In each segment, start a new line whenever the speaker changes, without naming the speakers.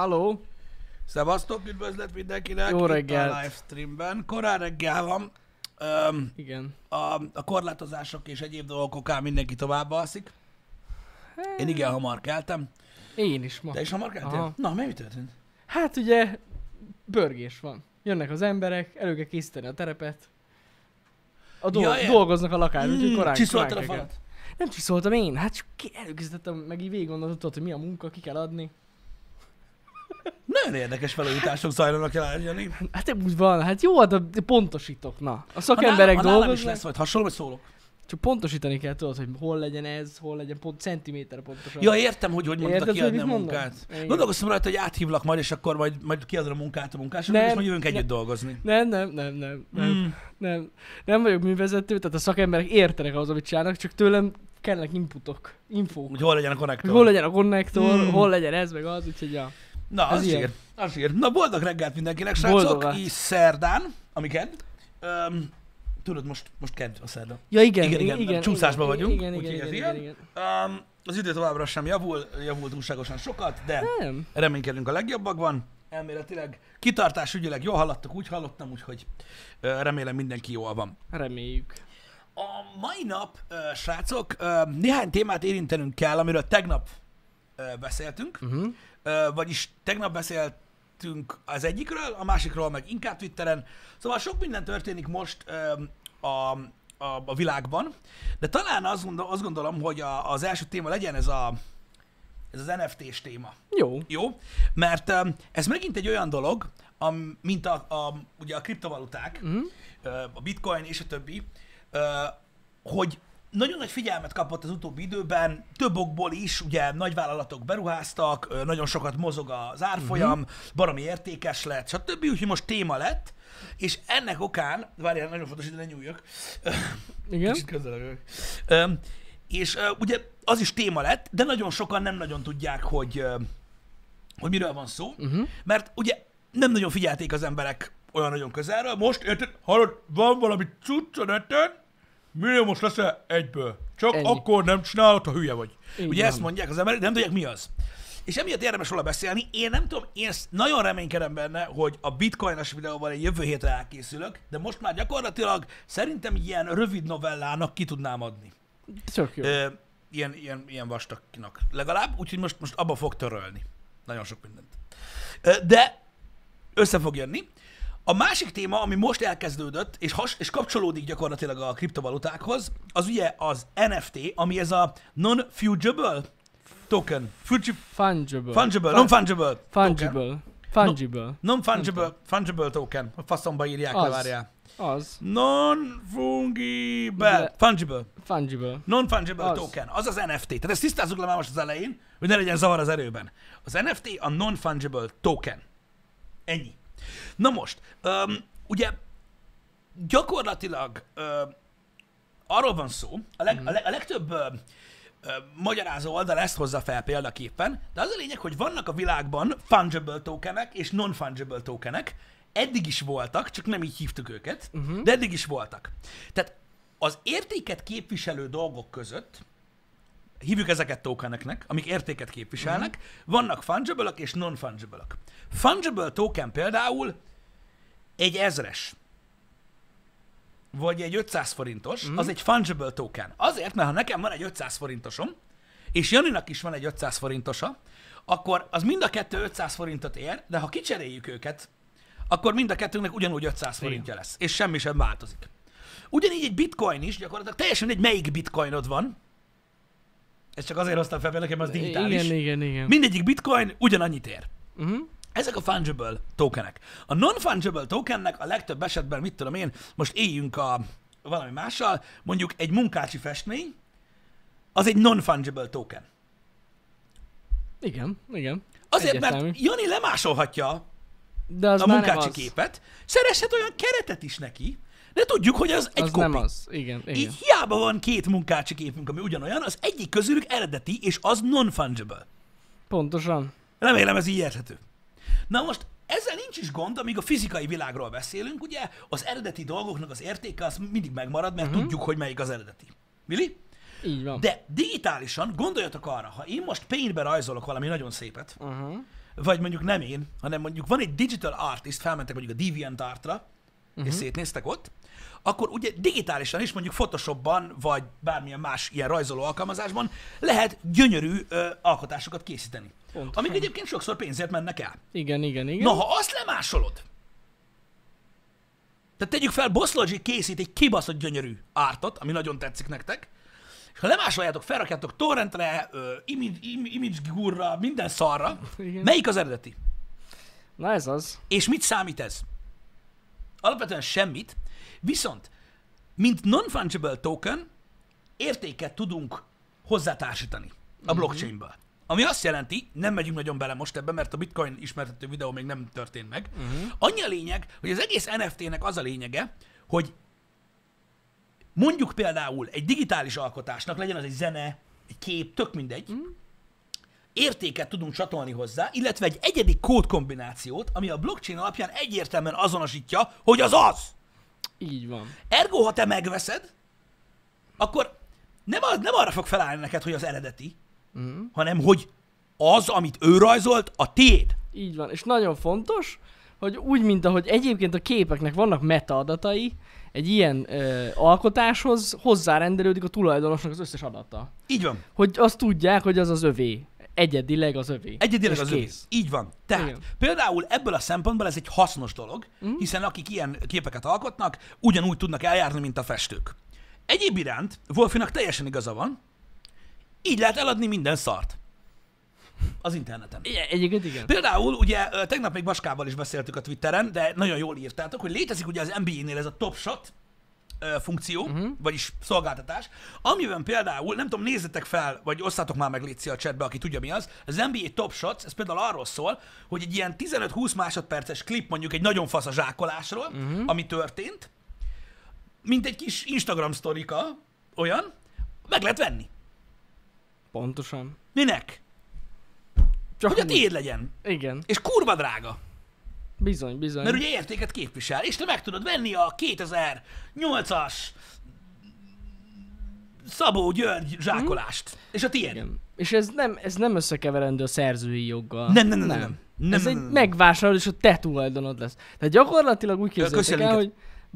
Halló!
Szevasztok, üdvözlet mindenkinek
Jó
itt a
reggelt.
livestreamben. Korán reggel van, Öm,
Igen.
a, a korlátozások és egyéb dolgok okán mindenki tovább alszik. Én igen hamar keltem.
Én is ma.
Te is hamar keltél?
Hát. Aha.
Na, mi mi történt?
Hát ugye, börgés van. Jönnek az emberek, elő kell készíteni a terepet. A dol-
Ja, ja.
dolgoznak a lakán, úgyhogy korán
Hmm, Csiszoltad a
korán kell
falat?
kell. Nem csiszoltam én, hát csak ki előkészítettem, meg így végig gondoltam, tudod, hogy mi a munka, ki kell adni.
Nagyon érdekes felújítások zajlanak el, Jani. Ha
Hát nem úgy van, hát jó, de de pontosítok, na. A
nálam-
szakemberek
ha nálam is
dolgoznak,
lesz, vagy hasonló, hogy szólok.
csak pontosítani kell, tudod, hogy hol legyen ez, hol legyen pont centiméter pontosan.
Ja, értem, hogy hogy mondtad
Érted,
a
hogy
kiadni
mit
a
mondom?
munkát.
Igen.
Gondolkoztam rajta, hogy áthívlak majd, és akkor majd, majd kiadod a munkát a munkásoknak,
Nem,
és majd jövünk
nem.
együtt dolgozni.
Nem, nem, nem, nem, nem.
Mm.
Nem, nem vagyok művezető, tehát a szakemberek értenek ahhoz, amit csinálnak, csak tőlem kellnek inputok, infók.
Hogy hol legyen a
Hogy
konnektor.
hol legyen a konnektor,
Mm.
mm. hol legyen ez, meg az, úgyhogy ja.
Na,
Ez
az
ilyen.
ír. Az ír. Na, boldog reggelt mindenkinek, srácok.
Boldogat.
Így szerdán, ami kedd. Öm, tudod, most, most kedd a szerda.
Ja, igen,
Igen,
igen,
igen,
igen, igen
csúszásban
igen,
vagyunk,
Igen, igen,
úgyhogy ez
igen,
ilyen.
igen, igen.
Öm, az idő továbbra sem javul, javul túlságosan sokat, de
Nem.
reménykedünk a legjobbakban. Elméletileg kitartás ügyileg jól haladtak, úgy hallottam, úgyhogy ö, remélem mindenki jól van.
Reméljük.
A mai nap, ö, srácok, ö, néhány témát érintenünk kell, amiről tegnap ö, beszéltünk.
Uh-huh.
Ö, vagyis tegnap beszéltünk az egyikről, a másikról meg inkább Twitteren. Szóval sok minden történik most ö, a, a, a világban, de talán azt gondolom, azt gondolom hogy a, az első téma legyen ez a ez az NFT-s téma.
Jó.
Jó? Mert ö, ez megint egy olyan dolog, am, mint a, a, ugye a kriptovaluták,
Mhm.
ö, a bitcoin és a többi, ö, hogy nagyon nagy figyelmet kapott az utóbbi időben, több okból is, ugye nagyvállalatok beruháztak, ö, nagyon sokat mozog az árfolyam,
Mhm.
uh-huh. baromi értékes lett, stb. Úgyhogy most téma lett, és ennek okán, várjál, nagyon fontos, hogy ne nyúljak,
Igen.
Kicsit közelebb Öm, és ö, ugye az is téma lett, de nagyon sokan nem nagyon tudják, hogy, ö, hogy miről van szó,
Mhm.
uh-huh. mert ugye nem nagyon figyelték az emberek olyan nagyon közelről. Most, érted, hallod, van valami cucc a neten, minél most leszel egyből. Csak
Ennyi.
akkor nem csinálod, ha hülye vagy.
Így
ugye ezt
van.
mondják az emberek, de nem tudják, mi az. És emiatt érdemes róla beszélni. Én nem tudom, én ezt nagyon reménykedem benne, hogy a bitcoinos videóval egy jövő hétre elkészülök, de most már gyakorlatilag szerintem ilyen rövid novellának ki tudnám adni.
Tök jó.
Ö, ilyen, ilyen, ilyen vastagnak legalább, úgyhogy most, most abba fog törölni. Nagyon sok mindent. Ö, de össze fog jönni. A másik téma, ami most elkezdődött, és, has, és kapcsolódik gyakorlatilag a kriptovalutákhoz, az ugye az NFT, ami ez a non-fungible token. Fungi-
Fungible.
Fungible, non-fungible. token.
Fungible. Fungible.
Non-fungible fungible token. A faszomba írják le,
Az.
várjál.
Az.
Non-fungible.
De-
Fungible.
Fungible.
Non-fungible
Az.
token, az az NFT. Tehát ezt tisztázzuk le már most az elején, hogy ne legyen zavar az erőben. Az NFT a non-fungible token. Ennyi. Na most, öm, ugye gyakorlatilag öm, arról van szó, a, leg, a, leg, a legtöbb öm, öm, magyarázó oldal ezt hozza fel példaképpen, de az a lényeg, hogy vannak a világban fungible tokenek és non-fungible tokenek, eddig is voltak, csak nem így hívtuk őket, uh-huh. de eddig is voltak. Tehát az értéket képviselő dolgok között, hívjuk ezeket tokeneknek, amik értéket képviselnek, vannak fungible és non fungible Fungible token például egy ezres, vagy egy 500 forintos, az egy fungible token. Azért, mert ha nekem van egy 500 forintosom, és Janinak is van egy 500 forintosa, akkor az mind a kettő 500 forintot ér, de ha kicseréljük őket, akkor mind a kettőnknek ugyanúgy 500 forintja lesz, és semmi sem változik. Ugyanígy egy bitcoin is gyakorlatilag teljesen egy melyik bitcoinod van, ez csak azért hoztam fel, mert nekem az digitális.
Igen, igen, igen.
Mindegyik bitcoin ugyanannyit ér.
Mhm.
Ezek a fungible tokenek. A non-fungible tokennek a legtöbb esetben, mit tudom én, most éljünk a valami mással, mondjuk egy munkácsi festmény, az egy non-fungible token.
Igen, igen.
Azért,
Egyértelmű.
mert Jani lemásolhatja
De az
a
már nem
munkácsi
az.
képet, szerezhet olyan keretet is neki, de tudjuk, hogy az egy
Az
kopi.
nem az. Igen, igen.
Így hiába van két munkácsi képünk, ami ugyanolyan, az egyik közülük eredeti, és az non-fungible.
Pontosan.
Remélem ez így érthető. Na most ezzel nincs is gond, amíg a fizikai világról beszélünk, ugye az eredeti dolgoknak az értéke az mindig megmarad, mert uh-huh. tudjuk, hogy melyik az eredeti. Mili?
Így van.
De digitálisan gondoljatok arra, ha én most paintbe rajzolok valami nagyon szépet,
Uh-huh.
vagy mondjuk nem én, hanem mondjuk van egy digital artist, felmentek mondjuk a Deviant Artra, uh-huh. és szétnéztek ott, akkor ugye digitálisan is, mondjuk Photoshopban, vagy bármilyen más ilyen rajzoló alkalmazásban lehet gyönyörű ö, alkotásokat készíteni.
Pontosan.
Amik egyébként sokszor pénzért mennek el.
Igen, igen, igen.
Na, ha azt lemásolod, tehát tegyük fel, Boss Logic készít egy kibaszott gyönyörű ártot, ami nagyon tetszik nektek, és ha lemásoljátok, felrakjátok torrentre, ö, image, im- image gurra, minden szarra,
Igen.
melyik az eredeti?
Na ez az.
És mit számít ez? Alapvetően semmit, viszont, mint non-fungible token, értéket tudunk hozzátársítani a blockchainből. Ami azt jelenti, nem megyünk nagyon bele most ebbe, mert a bitcoin ismertető videó még nem történt meg. Uh-huh. Annyi a lényeg, hogy az egész NFT-nek az a lényege, hogy mondjuk például egy digitális alkotásnak, legyen az egy zene, egy kép, tök mindegy, értéket tudunk csatolni hozzá, illetve egy egyedi kódkombinációt, ami a blockchain alapján egyértelműen azonosítja, hogy az az.
Így van.
Ergo, ha te megveszed, akkor nem, az, nem arra fog felállni neked, hogy az eredeti, mm. hanem hogy az, amit ő rajzolt, a tiéd.
Így van. És nagyon fontos, hogy úgy, mint ahogy egyébként a képeknek vannak metaadatai, egy ilyen ö, alkotáshoz hozzárendelődik a tulajdonosnak az összes adata.
Így van.
Hogy azt tudják, hogy az az övé. Egyedileg az övé.
Egyedileg
És
az övé.
kész.
Így van. Tehát Igen.
Igen. Mhm.
például ebből a szempontból ez egy hasznos dolog, mm. hiszen akik ilyen képeket alkotnak, ugyanúgy tudnak eljárni, mint a festők. Egyéb iránt Wolfinak teljesen igaza van, így lehet eladni minden szart az interneten.
Igen, egyébként igen.
Például, ugye ö, tegnap még Vaskával is beszéltük a Twitteren, de nagyon jól írtátok, hogy létezik ugye az NBA-nél ez a top shot ö, funkció, uh-huh. vagyis szolgáltatás, amiben például, nem tudom, nézzetek fel, vagy osszátok már meg Léci a chatbe, aki tudja mi az, az NBA Top Shots, ez például arról szól, hogy egy ilyen 15-20 másodperces klip mondjuk egy nagyon fasz a zsákolásról, uh-huh. ami történt, mint egy kis Instagram sztorika, olyan, meg lehet venni.
Pontosan.
Minek?
Csak
Hogy a
úgy.
tiéd legyen.
Igen.
És kurva drága.
Bizony, bizony.
Mert ugye értéket képvisel, és te meg tudod venni a 2008-as Szabó György zsákolást. Hmm? És a tiéd.
Mhm. Igen. És ez nem, ez nem összekeverendő a szerzői joggal.
Nem, nem, nem, nem, nem. Nem,
ez
nem,
egy
nem, nem.
megvásárol, és a te tulajdonod lesz. Tehát gyakorlatilag úgy képzeljétek
köszönjük.
el, hogy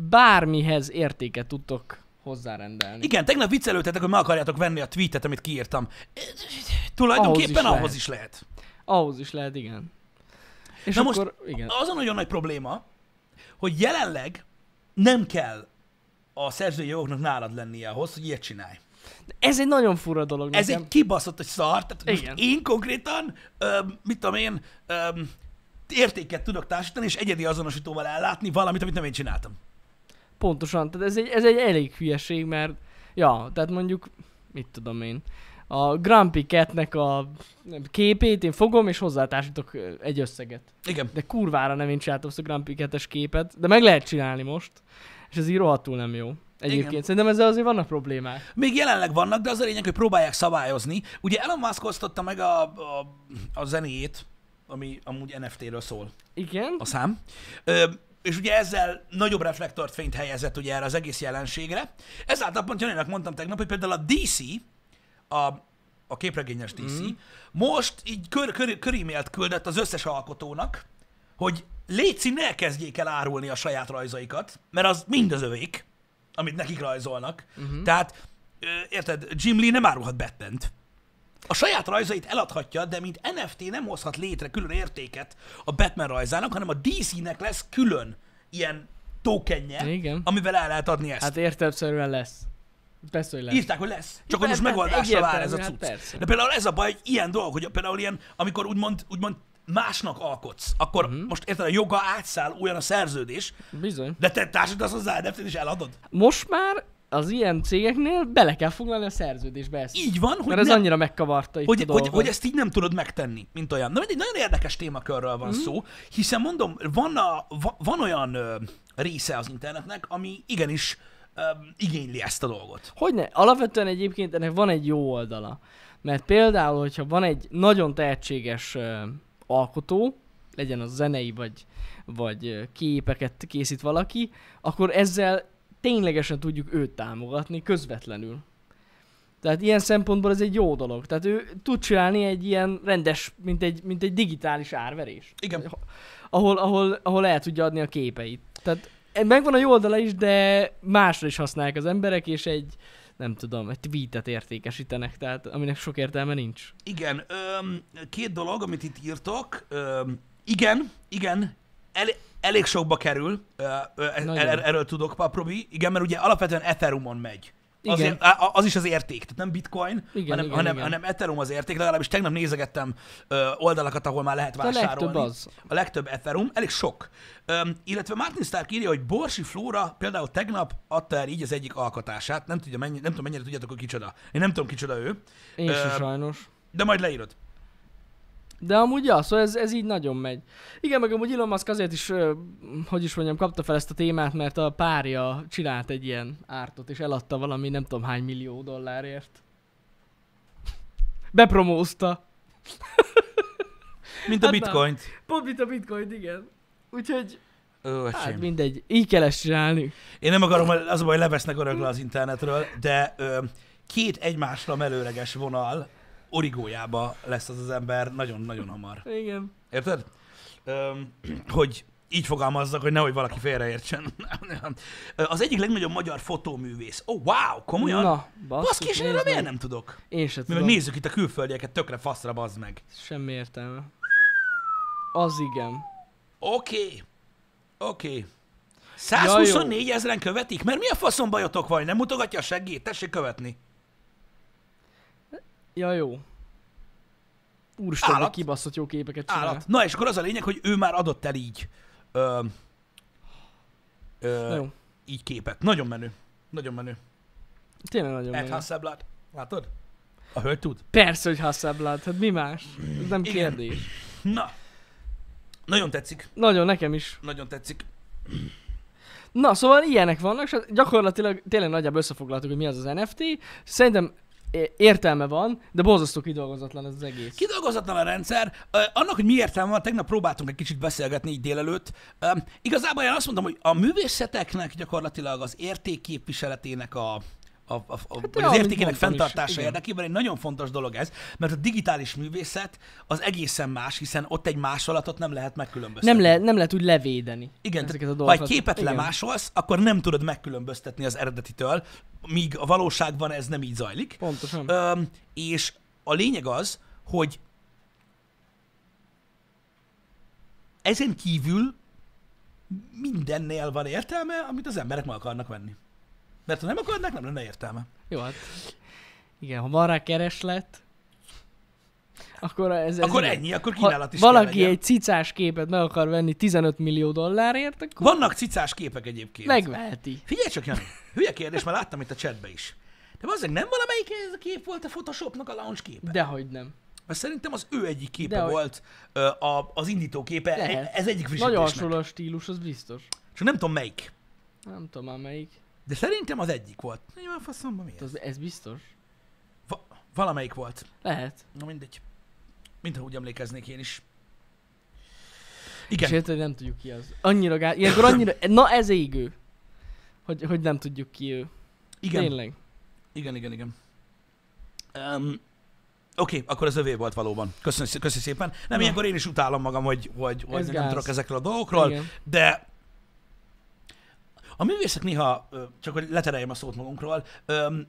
bármihez értéket tudtok hozzárendelni.
Igen, tegnap viccelődtetek, hogy meg akarjátok venni a tweetet, amit kiírtam. Tulajdonképpen
Ahhoz is
ahhoz
lehet.
is lehet.
Ahhoz is lehet, igen. És
Na most-
akkor, igen.
Az a nagyon nagy probléma, hogy jelenleg nem kell a szerzői jogoknak nálad lennie ahhoz, hogy ilyet csinálj.
Ez egy nagyon fura dolog
Ez
nekem.
egy kibaszott egy szar, tehát most
Igen.
én konkrétan, öm, mit tudom én, öm, értéket tudok társítani, és egyedi azonosítóval ellátni valamit, amit nem én csináltam.
Pontosan, tehát ez egy, ez egy elég hülyeség, mert ja, tehát mondjuk, mit tudom én, a Grumpy Catnek a nem, képét én fogom és hozzátársítok ö, egy összeget.
Igen.
De kurvára nem én csináltam azt a Grumpy Cat-es képet, de meg lehet csinálni most, és ez így rohadtul nem jó. Egyébként
Igen.
Igen. szerintem ezzel azért vannak problémák.
Még jelenleg vannak, de az a lényeg, hogy próbálják szabályozni. Ugye Elon Musk osztotta meg a, a, a zenéjét, ami amúgy NFT-ről szól
Igen,
a szám. Ö, és ugye ezzel nagyobb reflektort fényt helyezett ugye erre az egész jelenségre. Ezáltal pont Janinak mondtam tegnap, hogy például a DC, a, a képregényes DC, mm. most így kör, kör, körímélt küldött az összes alkotónak, hogy léci ne kezdjék el árulni a saját rajzaikat, mert az mind az övék, amit nekik rajzolnak. Mm-hmm. Tehát, ö, érted, Jim Lee nem árulhat batman a saját rajzait eladhatja, de mint NFT nem hozhat létre külön értéket a Batman rajzának, hanem a DC-nek lesz külön ilyen tokenje,
Igen.
amivel el lehet adni ezt. Hát,
hát értelemszerűen lesz. Persze, hogy lesz.
Írták, hogy lesz. Csak hogy most
Persze,
megoldásra vár ez a
egyértelmű,
cucc.
hát persze.
De például ez a baj, hogy ilyen dolog, hogy például ilyen, amikor úgymond, úgymond másnak alkotsz, akkor
Mhm.
mm. most érted, a joga átszáll, olyan a szerződés,
Bizony.
de te társadalsz hozzá nft és eladod.
Most már az ilyen cégeknél bele kell foglalni a szerződésbe ezt.
Így van, hogy
Mert ez
nem,
annyira megkavarta itt
hogy,
a
hogy,
dolgot.
hogy ezt így nem tudod megtenni, mint olyan. Na, mindegy, nagyon érdekes témakörről
Mhm.
van mm. szó, hiszen mondom, van, a, va- van olyan ö, része az internetnek, ami igenis ö, igényli ezt a dolgot.
Hogyne? Alapvetően egyébként ennek van egy jó oldala. Mert például, hogyha van egy nagyon tehetséges ö, alkotó, legyen az zenei vagy, vagy ö, képeket készít valaki, akkor ezzel ténylegesen tudjuk őt támogatni közvetlenül. Tehát ilyen szempontból ez egy jó dolog. Tehát ő tud csinálni egy ilyen rendes, mint egy, mint egy digitális árverés.
Igen.
Ahol, ahol, ahol el tudja adni a képeit. Tehát megvan a jó oldala is, de másra is használják az emberek, és egy, nem tudom, egy tweetet értékesítenek, tehát aminek sok értelme nincs.
Igen, öm, két dolog, amit itt írtok. Öm, igen, igen, el, elég sokba kerül, ö, ö, e-
Nagyon.
el, erről tudok, Paprobi. Igen, mert ugye alapvetően Ethereumon megy. Az,
Igen.
a- az is az érték, tehát nem bitcoin,
Igen,
hanem,
igen,
hanem,
igen.
hanem Ethereum az érték, legalábbis tegnap nézegettem ö, oldalakat, ahol már lehet
Hát a legtöbb
vásárolni.
az.
A legtöbb Ethereum, elég sok. Öm, illetve Martin Stark írja, hogy Borsi Flóra például tegnap adta el így az egyik alkotását, nem, tudja, mennyi, nem tudom mennyire tudjátok, hogy kicsoda. Én nem tudom, kicsoda ő,
Én sem
Ö,
sajnos.
de majd leírod.
De amúgy ja, szóval ez, ez így nagyon megy. Igen, meg amúgy Elon Musk azért is, ö, hogy is mondjam, kapta fel ezt a témát, mert a párja csinált egy ilyen ártot, és eladta valami nem tudom hány millió dollárért. Bepromózta.
Mint a
Hát már-
bitcoint.
Pont mint a bitcoin, igen. Úgyhogy,
Ö,
hát
öcsém.
mindegy, így kell ezt csinálni.
Én nem akarom, hogy az a baj, levesznek örökre az internetről, de ö, két egymásra melőleges vonal origójába lesz az az ember nagyon-nagyon hamar.
Igen.
Érted? Ö, hogy így fogalmazzak, hogy nehogy valaki félreértsen. Ö, az egyik legnagyobb magyar fotóművész. Ó, oh, wow, komolyan? Na,
Na,
Baszki, és én erre
nézd
miért
meg. Szóval-
nem tudok?
Én sem
Mi meg
tudom.
nézzük itt a külföldieket, tökre faszra, bazd meg.
Semmi értelme. Az igen.
Oké. Oké. 124 ezeren követik? Mert mi a faszom bajotok van? Nem mutogatja a seggét? Tessék követni.
Ja, jó. Úristen, de
Állat.
kibaszott jó képeket csinál.
Állat. Na és akkor az a lényeg, hogy ő már adott el így. Ö,
Na
ö,
jó.
így képet. Nagyon menő. Nagyon menő.
Tényleg nagyon
Egy
menő.
Hasselblad. Látod? A hölgy tud.
Persze, hogy Hasselblad, hát mi más? Ez nem
Igen.
kérdés.
Na. Nagyon tetszik.
Nagyon, nekem is.
Nagyon tetszik.
Na, szóval ilyenek vannak, és hát gyakorlatilag tényleg nagyjából összefoglaltuk, hogy mi az az NFT. Szerintem é- értelme van, de borzasztó kidolgozatlan ez az egész.
Kidolgozatlan a rendszer. Ö, annak, hogy mi értelme van, tegnap próbáltunk egy kicsit beszélgetni így délelőtt. Ö, igazából én azt mondom, hogy a művészeteknek gyakorlatilag az értékképviseletének a a, a, a, vagy
ja,
az
amit
értékének
mondtam Hát is,
fenntartása
igen.
érdekében egy nagyon fontos dolog ez, mert a digitális művészet az egészen más, hiszen ott egy másolatot nem lehet megkülönböztetni.
Nem, le, nem lehet úgy levédeni
Igen,
ezeket a
tehát, ha
dolgokat.
egy képet
Igen.
Igen. lemásolsz, akkor nem tudod megkülönböztetni az eredetitől, míg a valóságban ez nem így zajlik.
Pontosan.
Öm, és a lényeg az, hogy ezen kívül mindennél van értelme, amit az emberek meg akarnak venni. Mert ha nem akarnak, nem lenne értelme.
Jó, hát igen, ha van rá kereslet, akkor ez, ez
Akkor
igen.
ennyi, akkor
Ha
kínálat is kell
valaki
legyen.
egy cicás képet meg akar venni 15 millió dollárért, akkor
Vannak cicás képek egyébként.
megveheti.
Figyelj csak, Jani, hülye kérdés, mert láttam itt a chatbe is. De azért nem valamelyik ez a kép volt a Photoshopnak a launch képe?
Dehogy nem.
Mert szerintem az ő egyik képe
De hogy-
volt ö, a, az indító képe,
Lehet.
E, ez egyik
Nagyon
frissítésnek.
hasonló a stílus, az biztos.
Csak nem tudom melyik.
Nem tudom már melyik.
De szerintem az egyik volt. Nagyon faszomba mi ez?
Ez, ez biztos.
Va- valamelyik volt.
Lehet.
Na mindegy. Mintha úgy emlékeznék én is.
Igen.
Igen.
És érted, hogy nem tudjuk ki az. Annyira gáz... Ilyenkor annyira... Na ez égő. Hogy, hogy nem tudjuk ki ő.
igen.
Tényleg.
Igen, igen, igen. Um, Oké, okay, akkor az övé volt valóban. Köszönöm, szé- köszi szépen. Nem,
Na.
ilyenkor én is utálom magam, hogy, hogy, hogy
Ez
nem
gáz.
tudok ezekről a dolgokról,
Igen.
de a művészek néha, ö, csak hogy letereljem a szót magunkról, öm,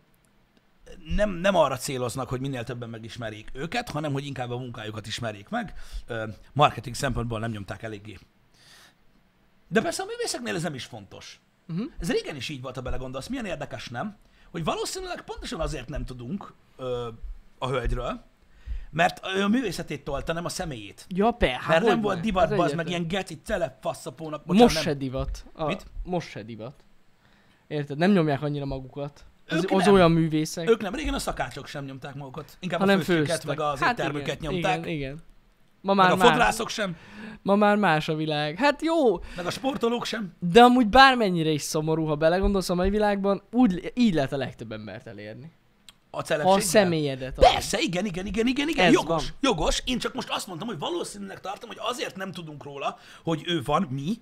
nem, nem arra céloznak, hogy minél többen megismerjék őket, hanem hogy inkább a munkájukat ismerjék meg. Öm, Marketing szempontból nem nyomták eléggé. De persze a művészeknél ez nem is fontos.
Uh-huh.
Ez régen is így volt, ha belegondolsz. Milyen érdekes, nem? Hogy valószínűleg pontosan azért nem tudunk ö, a hölgyről, mert ő a művészetét tolta, nem a személyét.
Ja, pe, hát
Mert nem
hogyne.
volt
Ez
divat, az meg
egyértelmű.
ilyen geci, tele faszapónak.
Most
bocsánat,
se
nem.
divat. A,
Mit?
Most se divat. Érted? Nem nyomják annyira magukat. Az,
Ők
az
nem.
olyan művészek,
Ők nem, régen a szakácsok sem nyomták magukat. Inkább
hanem
a főzőket,
főztek.
meg az hát éttermüket
igen,
nyomták.
Igen, igen. Ma
Meg
már,
a
más,
fodrászok sem,
ma már más a világ. Hát jó,
meg a sportolók sem.
de amúgy bármennyire is szomorú, ha belegondolsz a mai világban, úgy, így lehet a legtöbb embert elérni.
A
Ha a
celebségben.
személyedet adod.
Persze, igen, igen, igen, igen, igen,
Ez
jogos,
van.
jogos. Én csak most azt mondtam, hogy valószínűleg tartom, hogy azért nem tudunk róla, hogy ő van, mi,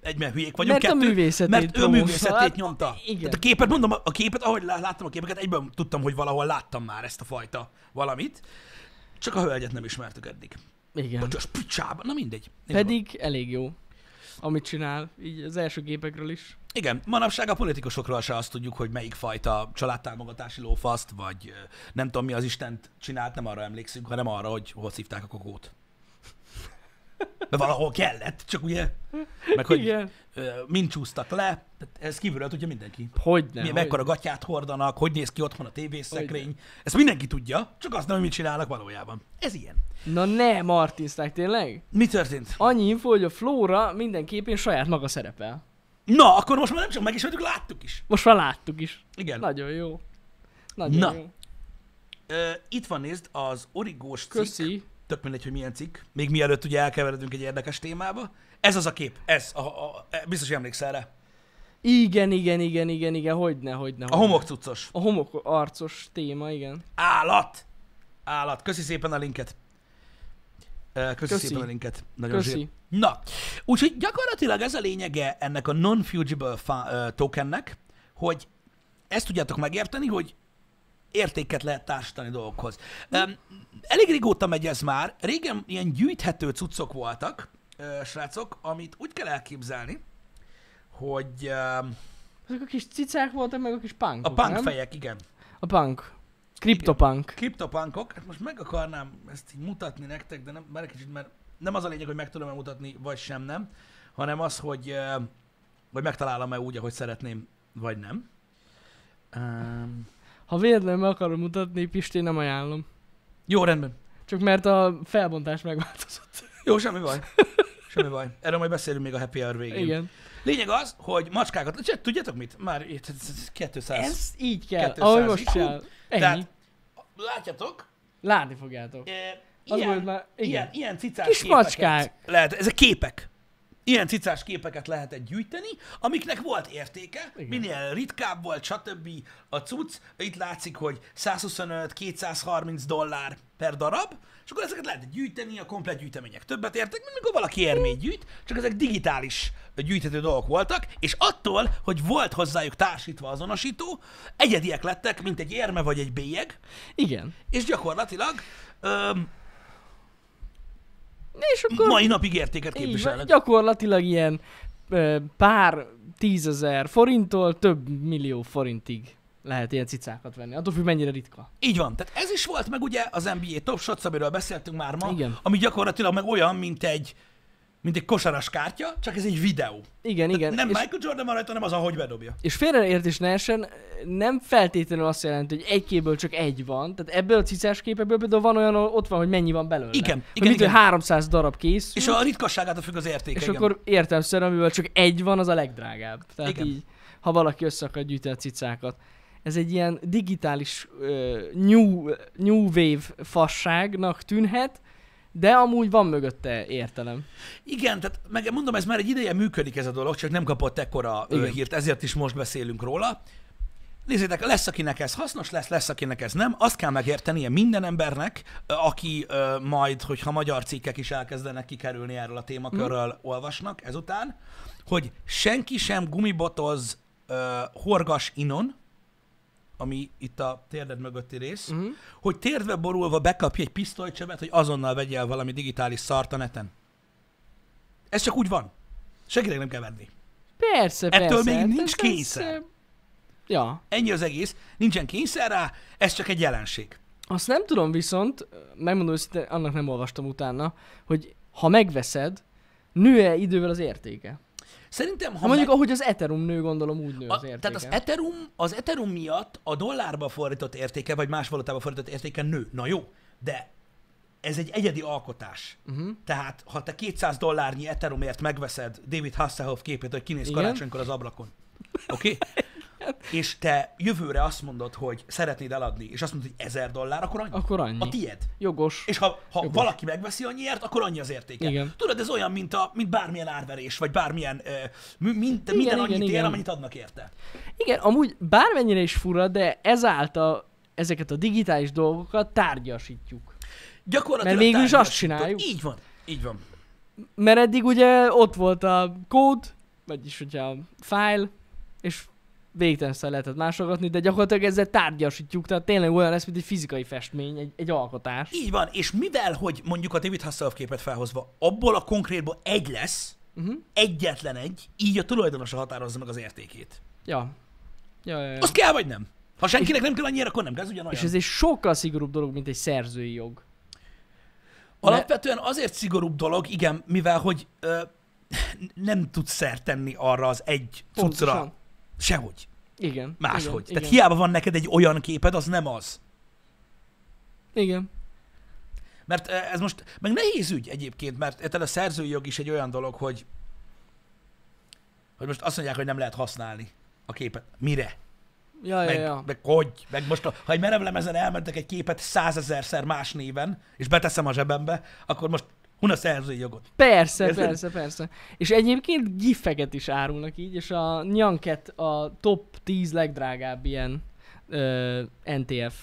egyben hülyék vagyunk.
Mert a művészetét
Mert ő
promózta.
művészetét
Hát,
nyomta.
igen.
Tehát a képet, mondom, a képet, ahogy lá- láttam a képeket, egyben tudtam, hogy valahol láttam már ezt a fajta valamit. Csak a hölgyet nem ismertük eddig.
Igen.
Bocsás, picsába. Na mindegy. Nézd meg.
Pedig elég jó, amit csinál, így az első gépekről is.
Igen, manapság a politikusokról se azt tudjuk, hogy melyik fajta családtámogatási lófaszt, vagy ö, nem tudom mi az Istent csinált, nem arra emlékszünk, hanem arra, hogy hol szívták a kokót. De valahol kellett, csak ugye, meg hogy
Igen.
ö, mind csúsztak le, tehát ez kívülről tudja mindenki.
Hogy nem?
Mi,
hogy-
mekkora gatyát hordanak, hogy néz ki otthon a tévészekrény. Ezt mindenki tudja, csak azt nem, hogy mit csinálnak valójában. Ez ilyen.
Na ne, Martinsták, tényleg?
Mi történt?
Annyi info, hogy a Flóra minden képén saját maga szerepel.
Na, akkor most már nem csak megismertük, láttuk is.
Most már láttuk is.
Igen.
Nagyon jó. Nagyon
Na.
jó.
Ö, itt van, nézd, az origós cikk.
Köszi.
Tök mindegy, hogy milyen cikk. Még mielőtt ugye elkeveredünk egy érdekes témába. Ez az a kép, ez. A, a, a, biztos hogy emlékszel rá.
Igen, igen, igen, igen, igen, hogyne, hogyne.
A
hogyne.
homok cuccos.
A homok arcos téma, igen.
Állat! Állat. Köszi szépen a linket. Ö, Köszi,
Köszi.
Köszi. szépen a linket. Nagyon
Köszi.
zsír. Na, úgyhogy gyakorlatilag ez a lényege ennek a non-fugible fa- ö, tokennek, hogy ezt tudjátok megérteni, hogy értéket lehet társítani dolgokhoz. Um, elég régóta megy ez már. Régen ilyen gyűjthető cuccok voltak, ö, srácok, amit úgy kell elképzelni, hogy um,
Ezek a kis cicák voltak, meg a kis punkok,
a punk
nem?
fejek, igen.
A punk. Kriptopunk.
Kriptopunkok, hát most meg akarnám ezt így mutatni nektek, de nem, már egy kicsit, mert nem az a lényeg, hogy meg tudom-e mutatni, vagy sem nem, hanem az, hogy ö, vagy megtalálom-e úgy, ahogy szeretném, vagy nem. Um,
Ha véletlenül meg akarom mutatni, Pisti, nem ajánlom.
jó, rendben.
Csak mert a felbontás megváltozott.
Jó, semmi baj. Semmi baj. Erről majd beszélünk még a happy hour végén.
Igen.
Lényeg az, hogy macskákat, Cs- tudjátok mit? Már itt- ez- ez 200.
Ez így kell,
200
ahogy most
IQ.
kell. Ennyi.
Tehát, látjátok,
Látni fogjátok.
ö,
Az volt
ilyen,
már,
ilyen,
igen.
ilyen cicás
Kis
képeket
macskák.
Lehet, ezek képek. Ilyen cicás képeket lehetett gyűjteni, amiknek volt értéke,
Igen.
Igen. minél ritkább volt, stb. a cucc. Itt látszik, hogy 125-230 dollár per darab, és akkor ezeket lehetett gyűjteni, a komplet gyűjtemények többet értek, mint amikor valaki érmét gyűjt, csak ezek digitális gyűjthető dolgok voltak, és attól, hogy volt hozzájuk társítva azonosító, egyediek lettek, mint egy érme vagy egy bélyeg,
Igen.
és gyakorlatilag öm,
És akkor
mai napig értéket
így van,
képviselnek.
gyakorlatilag ilyen ö, pár tízezer forinttól több millió forintig lehet ilyen cicákat venni. Attól függ, mennyire ritka.
Így van. Tehát ez is volt meg ugye az NBA Top Shots, amiről beszéltünk már ma,
Igen.
ami gyakorlatilag meg olyan, mint egy, mint egy kosaras kártya, csak ez egy videó.
Igen, igen.
Nem
és,
Michael Jordan van rajta, hanem az, ahogy bedobja.
és félreértés ne essen, nem feltétlenül azt jelenti, hogy egy képből csak egy van. Tehát ebből a cicás képeből például van olyan, ahol ott van, hogy mennyi van belőle.
Igen,
Hogy
igen,
mit, hogy
igen.
300 darab készül.
És a ritkasságától függ az értéke.
És
igen.
akkor értelmszerűen, amivel csak egy van, az a legdrágább. Tehát Igen.
Igen.
így, ha valaki össze akar gyűjteni a cicákat. Ez egy ilyen digitális uh, new, new wave fasságnak tűnhet, de amúgy van mögötte értelem.
Igen, tehát meg mondom, ez már egy ideje működik ez a dolog, csak nem kapott ekkora ö,
Igen.
hírt, ezért is most beszélünk róla. Nézzétek, lesz, akinek ez hasznos lesz, lesz, akinek ez nem. Azt kell megértenie minden embernek, ö, aki ö, majd, hogyha magyar cikkek is elkezdenek kikerülni erről a témakörről, olvasnak ezután, hogy senki sem gumibotoz ö, horgas inon, ami itt a térded mögötti rész, uh-huh. hogy térdbe borulva bekapja egy pisztolycsövet, hogy azonnal vegyél valami digitális szart a neten. Ez csak úgy van. Senkinek nem kell venni.
Persze,
Ettől
persze.
még
hát
nincs
ez- ez,
kényszer.
ö, Ja.
Ennyi az egész. Nincsen kényszer rá, ez csak egy jelenség.
Azt nem tudom viszont, megmondom őszintén, annak nem olvastam utána, hogy ha megveszed, nő-e idővel az értéke?
Szerintem, ha
Ha Hát mondjuk,
meg...
ahogy az Ethereum nő, gondolom úgy nő
a,
az értéke.
tehát az Ethereum, az Ethereum miatt a dollárba fordított értéke, vagy más valutába fordított értéke nő. Na jó, de ez egy egyedi alkotás.
Mhm.
Uh-huh. Tehát, ha te 200 dollárnyi Ethereumért megveszed David Hasselhoff képét, hogy kinéz
Igen.
karácsonykor az ablakon, oké? Okay? és te jövőre azt mondod, hogy szeretnéd eladni, és azt mondod, hogy 1000 dollár, akkor annyi.
Akkor annyi.
A tied.
Jogos.
És ha, ha valaki megveszi annyiért, akkor annyi az értéke.
Igen.
Tudod, ez olyan, mint, a, mint bármilyen árverés, vagy bármilyen, ö, mi- mint, minden
igen,
annyit ér,
igen.
amennyit adnak érte.
Igen, amúgy bármennyire is fura, de ezáltal ezeket a digitális dolgokat tárgyasítjuk.
Gyakorlatilag
Mert végül is azt
tárgyasítod.
csináljuk.
Így van. Így van.
Mert eddig ugye ott volt a kód, vagyis hogyha file, és végtelen szer lehetett másolgatni, de gyakorlatilag ezzel tárgyasítjuk, tehát tényleg olyan lesz, mint egy fizikai festmény, egy, egy alkotás.
Így van, és mivel, hogy mondjuk a David Hasselhoff képet felhozva, abból a konkrétból egy lesz,
Mhm.
uh-huh. egyetlen egy, így a tulajdonosa határozza meg az értékét.
Ja. Ja, ja, ja.
Az kell vagy nem? Ha senkinek nem kell annyira, akkor nem kell, ez ugyanolyan.
És ez egy sokkal szigorúbb dolog, mint egy szerzői jog.
Alapvetően azért szigorúbb dolog, igen, mivel hogy ö, nem tudsz szert tenni arra az egy cuccra.
Pontosan.
Sehogy.
Igen.
Máshogy.
Igen,
Tehát
igen.
hiába van neked egy olyan képed, az nem az.
igen.
Mert ö, ez most, meg nehéz ügy egyébként, mert érted a szerzői jog is egy olyan dolog, hogy, hogy most azt mondják, hogy nem lehet használni a képet. Mire?
Ja, ja,
Meg,
ja.
meg hogy? Meg most, ha egy merevlemezen elmentek egy képet százezerszer más néven, és beteszem a zsebembe, akkor most hun a szerzői jogot.
Persze,
Érted?
persze, persze. És egyébként gifeket is árulnak így, és a Nyanket a top 10 legdrágább ilyen ö, NTF.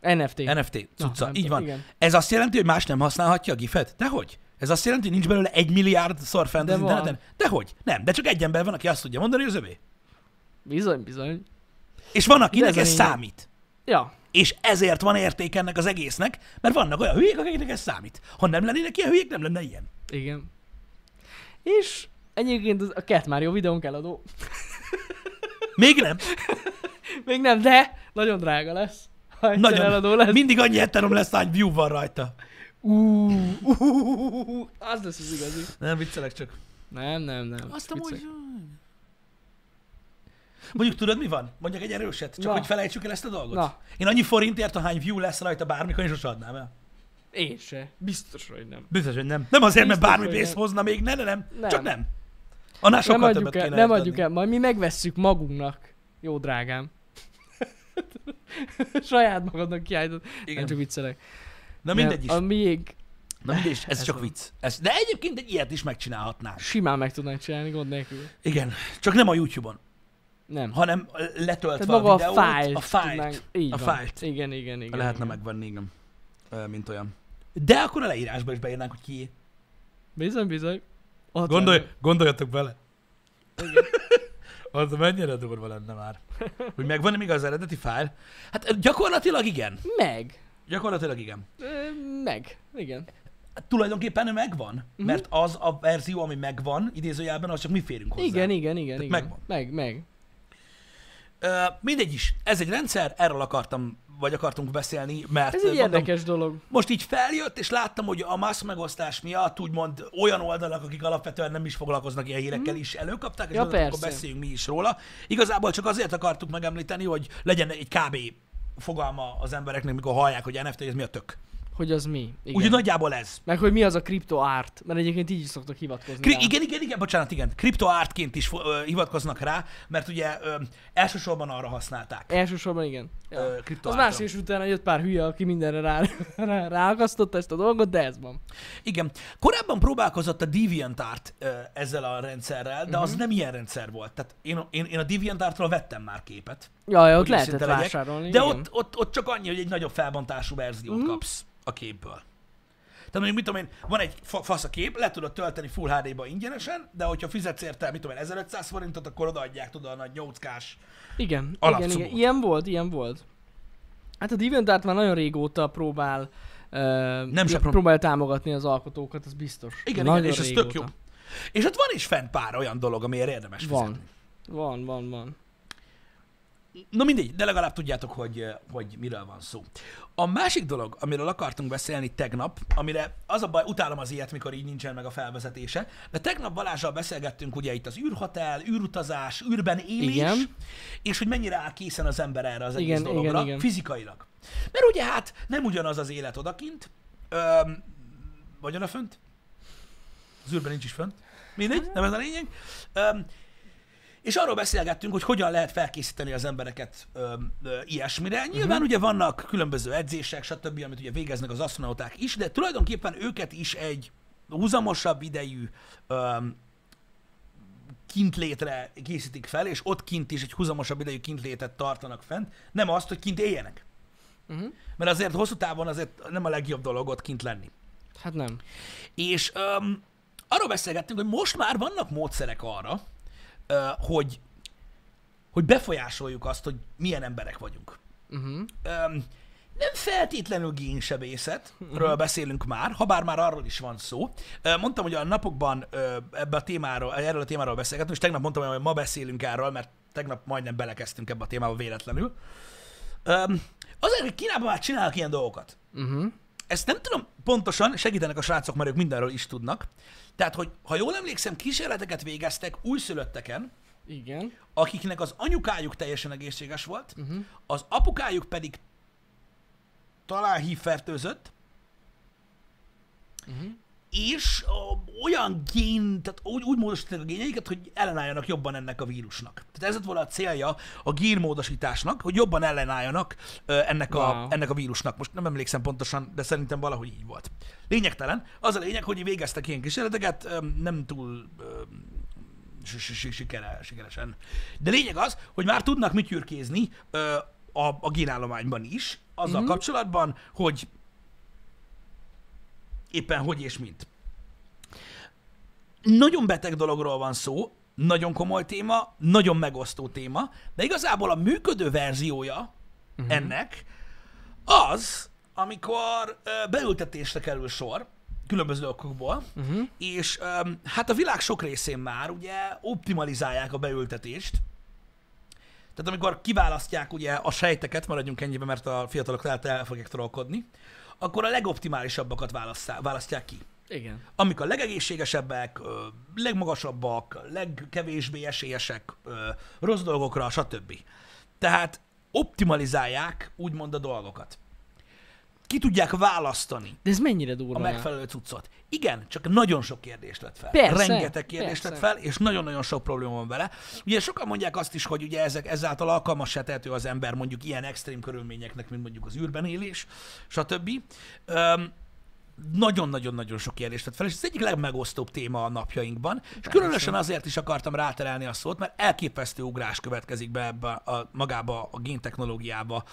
NFT.
NFT, cucca,
nem
így
tudom,
van.
igen.
Ez azt jelenti, hogy más nem használhatja a gifet? Dehogy? Ez azt jelenti, hogy nincs belőle egy milliárd szor fent
De
az
van.
interneten? Dehogy? Nem, de csak egy ember van, aki azt tudja mondani, hogy az övé.
Bizony, bizony.
És van, akinek
ez a
ez
lényeg.
számít.
Ja,
És ezért van érték ennek az egésznek, mert vannak olyan hülyék, akiknek ez számít. Ha nem lennének ilyen hülyék, nem lenne ilyen.
igen. És egyébként az- a Cat Mario videónk eladó.
Még nem.
Még nem, de nagyon drága lesz. Ha egyszer
Nagyon.
eladó lesz.
Mindig annyi heterom lesz, hány view van rajta.
Ú, ú, ú, ú, ú, az lesz az igazi.
Nem viccelek csak.
Nem, nem, nem.
Azt
Viccek.
amúgy... Mondjuk tudod mi van? Mondjak egy erőset, csak
Na.
hogy felejtsük el ezt a dolgot.
Na.
Én annyi forintért, ahány view lesz rajta bármikor, én sose adnám el.
Én se. Biztos, hogy nem.
Biztos, hogy nem. Nem azért, mert
Biztos,
bármi
hogy
pénzt
nem.
hozna még, ne, ne, nem.
Nem.
Csak nem. Annál sokkal
nem adjuk
többet
el,
kéne
nem
érte
adjuk
adni.
el, majd mi megvesszük magunknak. Jó drágám. Saját magadnak kiállítod.
Igen.
Nem csak viccelek.
Na mindegy is.
A miénk
Na mindegy is. Ez
Ez
csak
van.
vicc. Ez, de egyébként egy ilyet is megcsinálhatnánk.
simán meg tudnánk csinálni gond nélkül.
Igen. Csak nem a YouTube-on,
Nem.
hanem letöltve
Tehát maga
a
a
videót.
fájlt.
a fájlt.
tudnánk- Így
A
van.
fájlt.
Igen, igen, igen.
Lehetne
igen.
megvenni, igen. Ö, Mint olyan. De akkor a leírásba is beírnánk, hogy ki
Bizony, bizony. Ott
Gondolj,
lenne.
gondoljatok bele.
Igen.
Az mennyire durva lenne már. Hogy megvan még az eredeti fájl? Hát gyakorlatilag igen.
Meg.
Gyakorlatilag igen.
Ö, Meg. Igen.
Hát, tulajdonképpen megvan,
Mhm.
uh-huh. mert az a verzió, ami megvan, idézőjelben, az csak mi férünk hozzá.
Igen, igen, igen. igen.
megvan. Hát
Meg, meg.
Ö, mindegy is, ez egy rendszer, erről akartam, vagy akartunk beszélni, mert
Ez egy
mondom,
érdekes dolog.
most így feljött, és láttam, hogy a mass megosztás miatt úgymond olyan oldalak, akik alapvetően nem is foglalkoznak ilyen hírekkel is, előkapták, és
Mhm. Ja,
ja, akkor
persze.
beszéljünk mi is róla. Igazából csak azért akartuk megemlíteni, hogy legyen egy kb. fogalma az embereknek, mikor hallják, hogy NFT, ez mi a tök.
Hogy az mi. Igen.
Úgyhogy nagyjából ez.
Meg hogy mi az a kripto árt, mert egyébként így is szoktak hivatkozni.
Kri-
rá.
igen, igen, igen, bocsánat, igen. Kriptoártként is fo- ö, hivatkoznak rá, mert ugye ö, elsősorban arra használták.
Elsősorban igen.
Ö,
Ja. Az
kriptoártra.
más is utána jött pár hülye, aki mindenre rá, rá, ráakasztotta ezt a dolgot, de ez van.
Igen. Korábban próbálkozott a DeviantArt ö, ezzel a rendszerrel, de uh-huh.
Mhm.
az nem ilyen rendszer volt. Tehát én, én, én a DeviantArtról vettem már képet.
Jaj, ott
hogy
lehetett
őszinte legyek,
vásárolni.
De
igen. Mhm.
ott, ott, ott csak annyi, hogy egy nagyobb felbontású verziót uh-huh. kapsz a képből. Tehát mondjuk, mit tudom én, van egy fa- fasz a kép, le tudod tölteni Full HD-ba ingyenesen, de hogyha fizetsz érte, mit tudom én, 1500 forintot, akkor odaadják, tudod, a nagy 8K-s
Igen, igen,
Alapszumot.
igen. Ilyen volt, ilyen volt. Hát a DeviantArt már nagyon régóta próbál Uh, nem
se pró-
próbál támogatni az alkotókat, az biztos.
Igen,
Nagyon
igen, és ez
régóta.
tök jó. És ott van is fent pár olyan dolog, amiért érdemes
Van.
fizetni.
Van, van, van.
Na mindegy, de legalább tudjátok, hogy, eh, hogy miről van szó. A másik dolog, amiről akartunk beszélni tegnap, amire az a baj, utálom az ilyet, mikor így nincsen meg a felvezetése, de tegnap Balázsral beszélgettünk ugye itt az űrhotel, űrutazás, űrben élés,
Igen.
és hogy mennyire áll készen az ember erre az egész
Igen,
dologra,
igen, igen.
fizikailag. Mert ugye hát nem ugyanaz az élet odakint, öm, vagy odafönt, az űrben nincs is fönt, mindegy, nem ez a lényeg. Öm, és arról beszélgettünk, hogy hogyan lehet felkészíteni az embereket ö, ö, ilyesmire. Nyilván
Mhm.
uh-huh. ugye vannak különböző edzések, stb., amit ugye végeznek az asztronauták is, de tulajdonképpen őket is egy húzamosabb idejű ö, kintlétre készítik fel, és ott kint is egy húzamosabb idejű kintlétet tartanak fent, nem azt, hogy kint éljenek.
Uh-huh.
Mert azért hosszú távon azért nem a legjobb dolog ott kint lenni.
Hát nem.
És öm, arról beszélgettünk, hogy most már vannak módszerek arra, ö, hogy, hogy befolyásoljuk azt, hogy milyen emberek vagyunk.
Uh-huh.
Öm, nem feltétlenül génsebészetről beszélünk már, ha bár már arról is van szó. Ö, Mondtam, hogy a napokban ö, ebbe a témáról, erről a témáról beszélgetünk, és tegnap mondtam, hogy ma beszélünk erről, mert tegnap majdnem belekezdtünk ebbe a témába véletlenül. Öm, Azért, hogy Kínában már csinálnak ilyen dolgokat.
Uh-huh.
Ezt nem tudom pontosan, segítenek a srácok, mert ők mindenről is tudnak. Tehát, hogy ha jól emlékszem, kísérleteket végeztek újszülötteken,
Igen.
akiknek az anyukájuk teljesen egészséges volt,
Mhm.
uh-huh. az apukájuk pedig talán hívfertőzött,
Mhm.
és ö, olyan gén, tehát úgy, úgy módosítják a génjeiket, hogy ellenálljanak jobban ennek a vírusnak. Tehát ez lett volna a célja a gírmódosításnak, hogy jobban ellenálljanak ö, ennek, a,
Wow.
ennek a vírusnak. Most nem emlékszem pontosan, de szerintem valahogy így volt. Lényegtelen. Az a lényeg, hogy végeztek ilyen kísérleteket, ö, nem túl ö, si- si- si- sikere, sikeresen. De lényeg az, hogy már tudnak mit ürkézni ö, a, a génállományban is, azzal mm-hmm. kapcsolatban, hogy éppen hogy és mint. Nagyon beteg dologról van szó, nagyon komoly téma, nagyon megosztó téma, de igazából a működő verziója mm-hmm. ennek az, amikor ö, beültetésre kerül sor, különböző okokból,
Uh-huh.
és öm, hát a világ sok részén már ugye optimalizálják a beültetést. Tehát amikor kiválasztják ugye a sejteket, maradjunk ennyibe, mert a fiatalok lehet el fogják trollkodni, akkor a legoptimálisabbakat válasszá- választják ki.
Igen.
Amik a legegészségesebbek, ö, legmagasabbak, legkevésbé esélyesek ö, rossz dolgokra, stb. Tehát optimalizálják úgymond a dolgokat. Ki tudják választani
De ez mennyire
a
durva már?
megfelelő cuccot. Igen, csak nagyon sok kérdést lett fel.
Persze,
Rengeteg kérdést
persze.
lett fel, és nagyon-nagyon sok probléma van vele. Ugye sokan mondják azt is, hogy ugye ezek, ezáltal alkalmassá tehető az ember mondjuk ilyen extrém körülményeknek, mint mondjuk az űrben élés, stb. Öm, nagyon-nagyon-nagyon sok kérdést tett fel, és ez egyik legmegosztóbb téma a napjainkban, és különösen azért is akartam ráterelni a szót, mert elképesztő ugrás következik be ebbe a, magába a géntechnológiába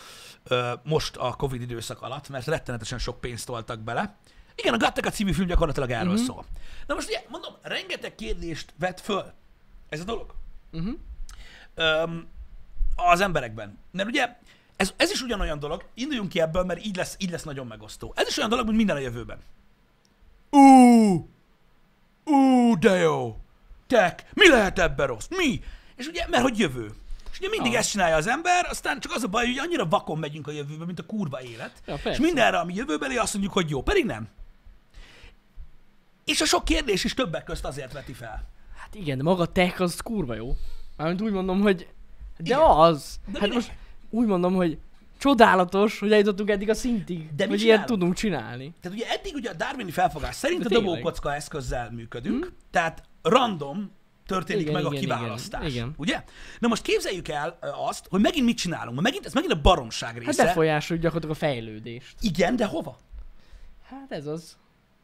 ö, most a Covid időszak alatt, mert rettenetesen sok pénzt toltak bele. Igen, a Gattaca című film gyakorlatilag erről uh-huh. szól. Na most ugye, mondom, rengeteg kérdést vet föl ez a dolog
Uh-huh.
öm, az emberekben. Mert ugye ez, ez is ugyanolyan dolog, induljunk ki ebből, mert így lesz, így lesz nagyon megosztó. Ez is olyan dolog, mint minden a jövőben. Ú, ú, de jó, tek, mi lehet ebben rossz, mi? És ugye, mert hogy jövő. És ugye mindig
Ah.
ezt csinálja az ember, aztán csak az a baj, hogy annyira vakon megyünk a jövőbe, mint a kurva élet.
Ja,
és
persze.
mindenre, ami jövőbeli, azt mondjuk, hogy jó, pedig nem. És a sok kérdés is többek közt azért veti fel.
Hát igen, de maga a tech az kurva jó. Mármint úgy mondom, hogy... De
Igen.
az!
De
hát
minek?
most úgy mondom, hogy csodálatos, hogy eljutottunk eddig a szintig.
De mi
hogy ilyet
csinálunk?
tudunk csinálni. Hát
Tehát ugye eddig ugye a darwini felfogás szerint
De
a
tényleg. Mhm.
dobókocka eszközzel működünk, mm. tehát random történik
Igen,
meg a
igen,
kiválasztás.
igen, igen.
Ugye? Na most képzeljük el ö, azt, hogy megint mit csinálunk. Mert Megint, ez megint a baromság
Hát
része.
befolyásoljuk gyakorlatilag a fejlődést.
igen, de hova?
Hát ez az.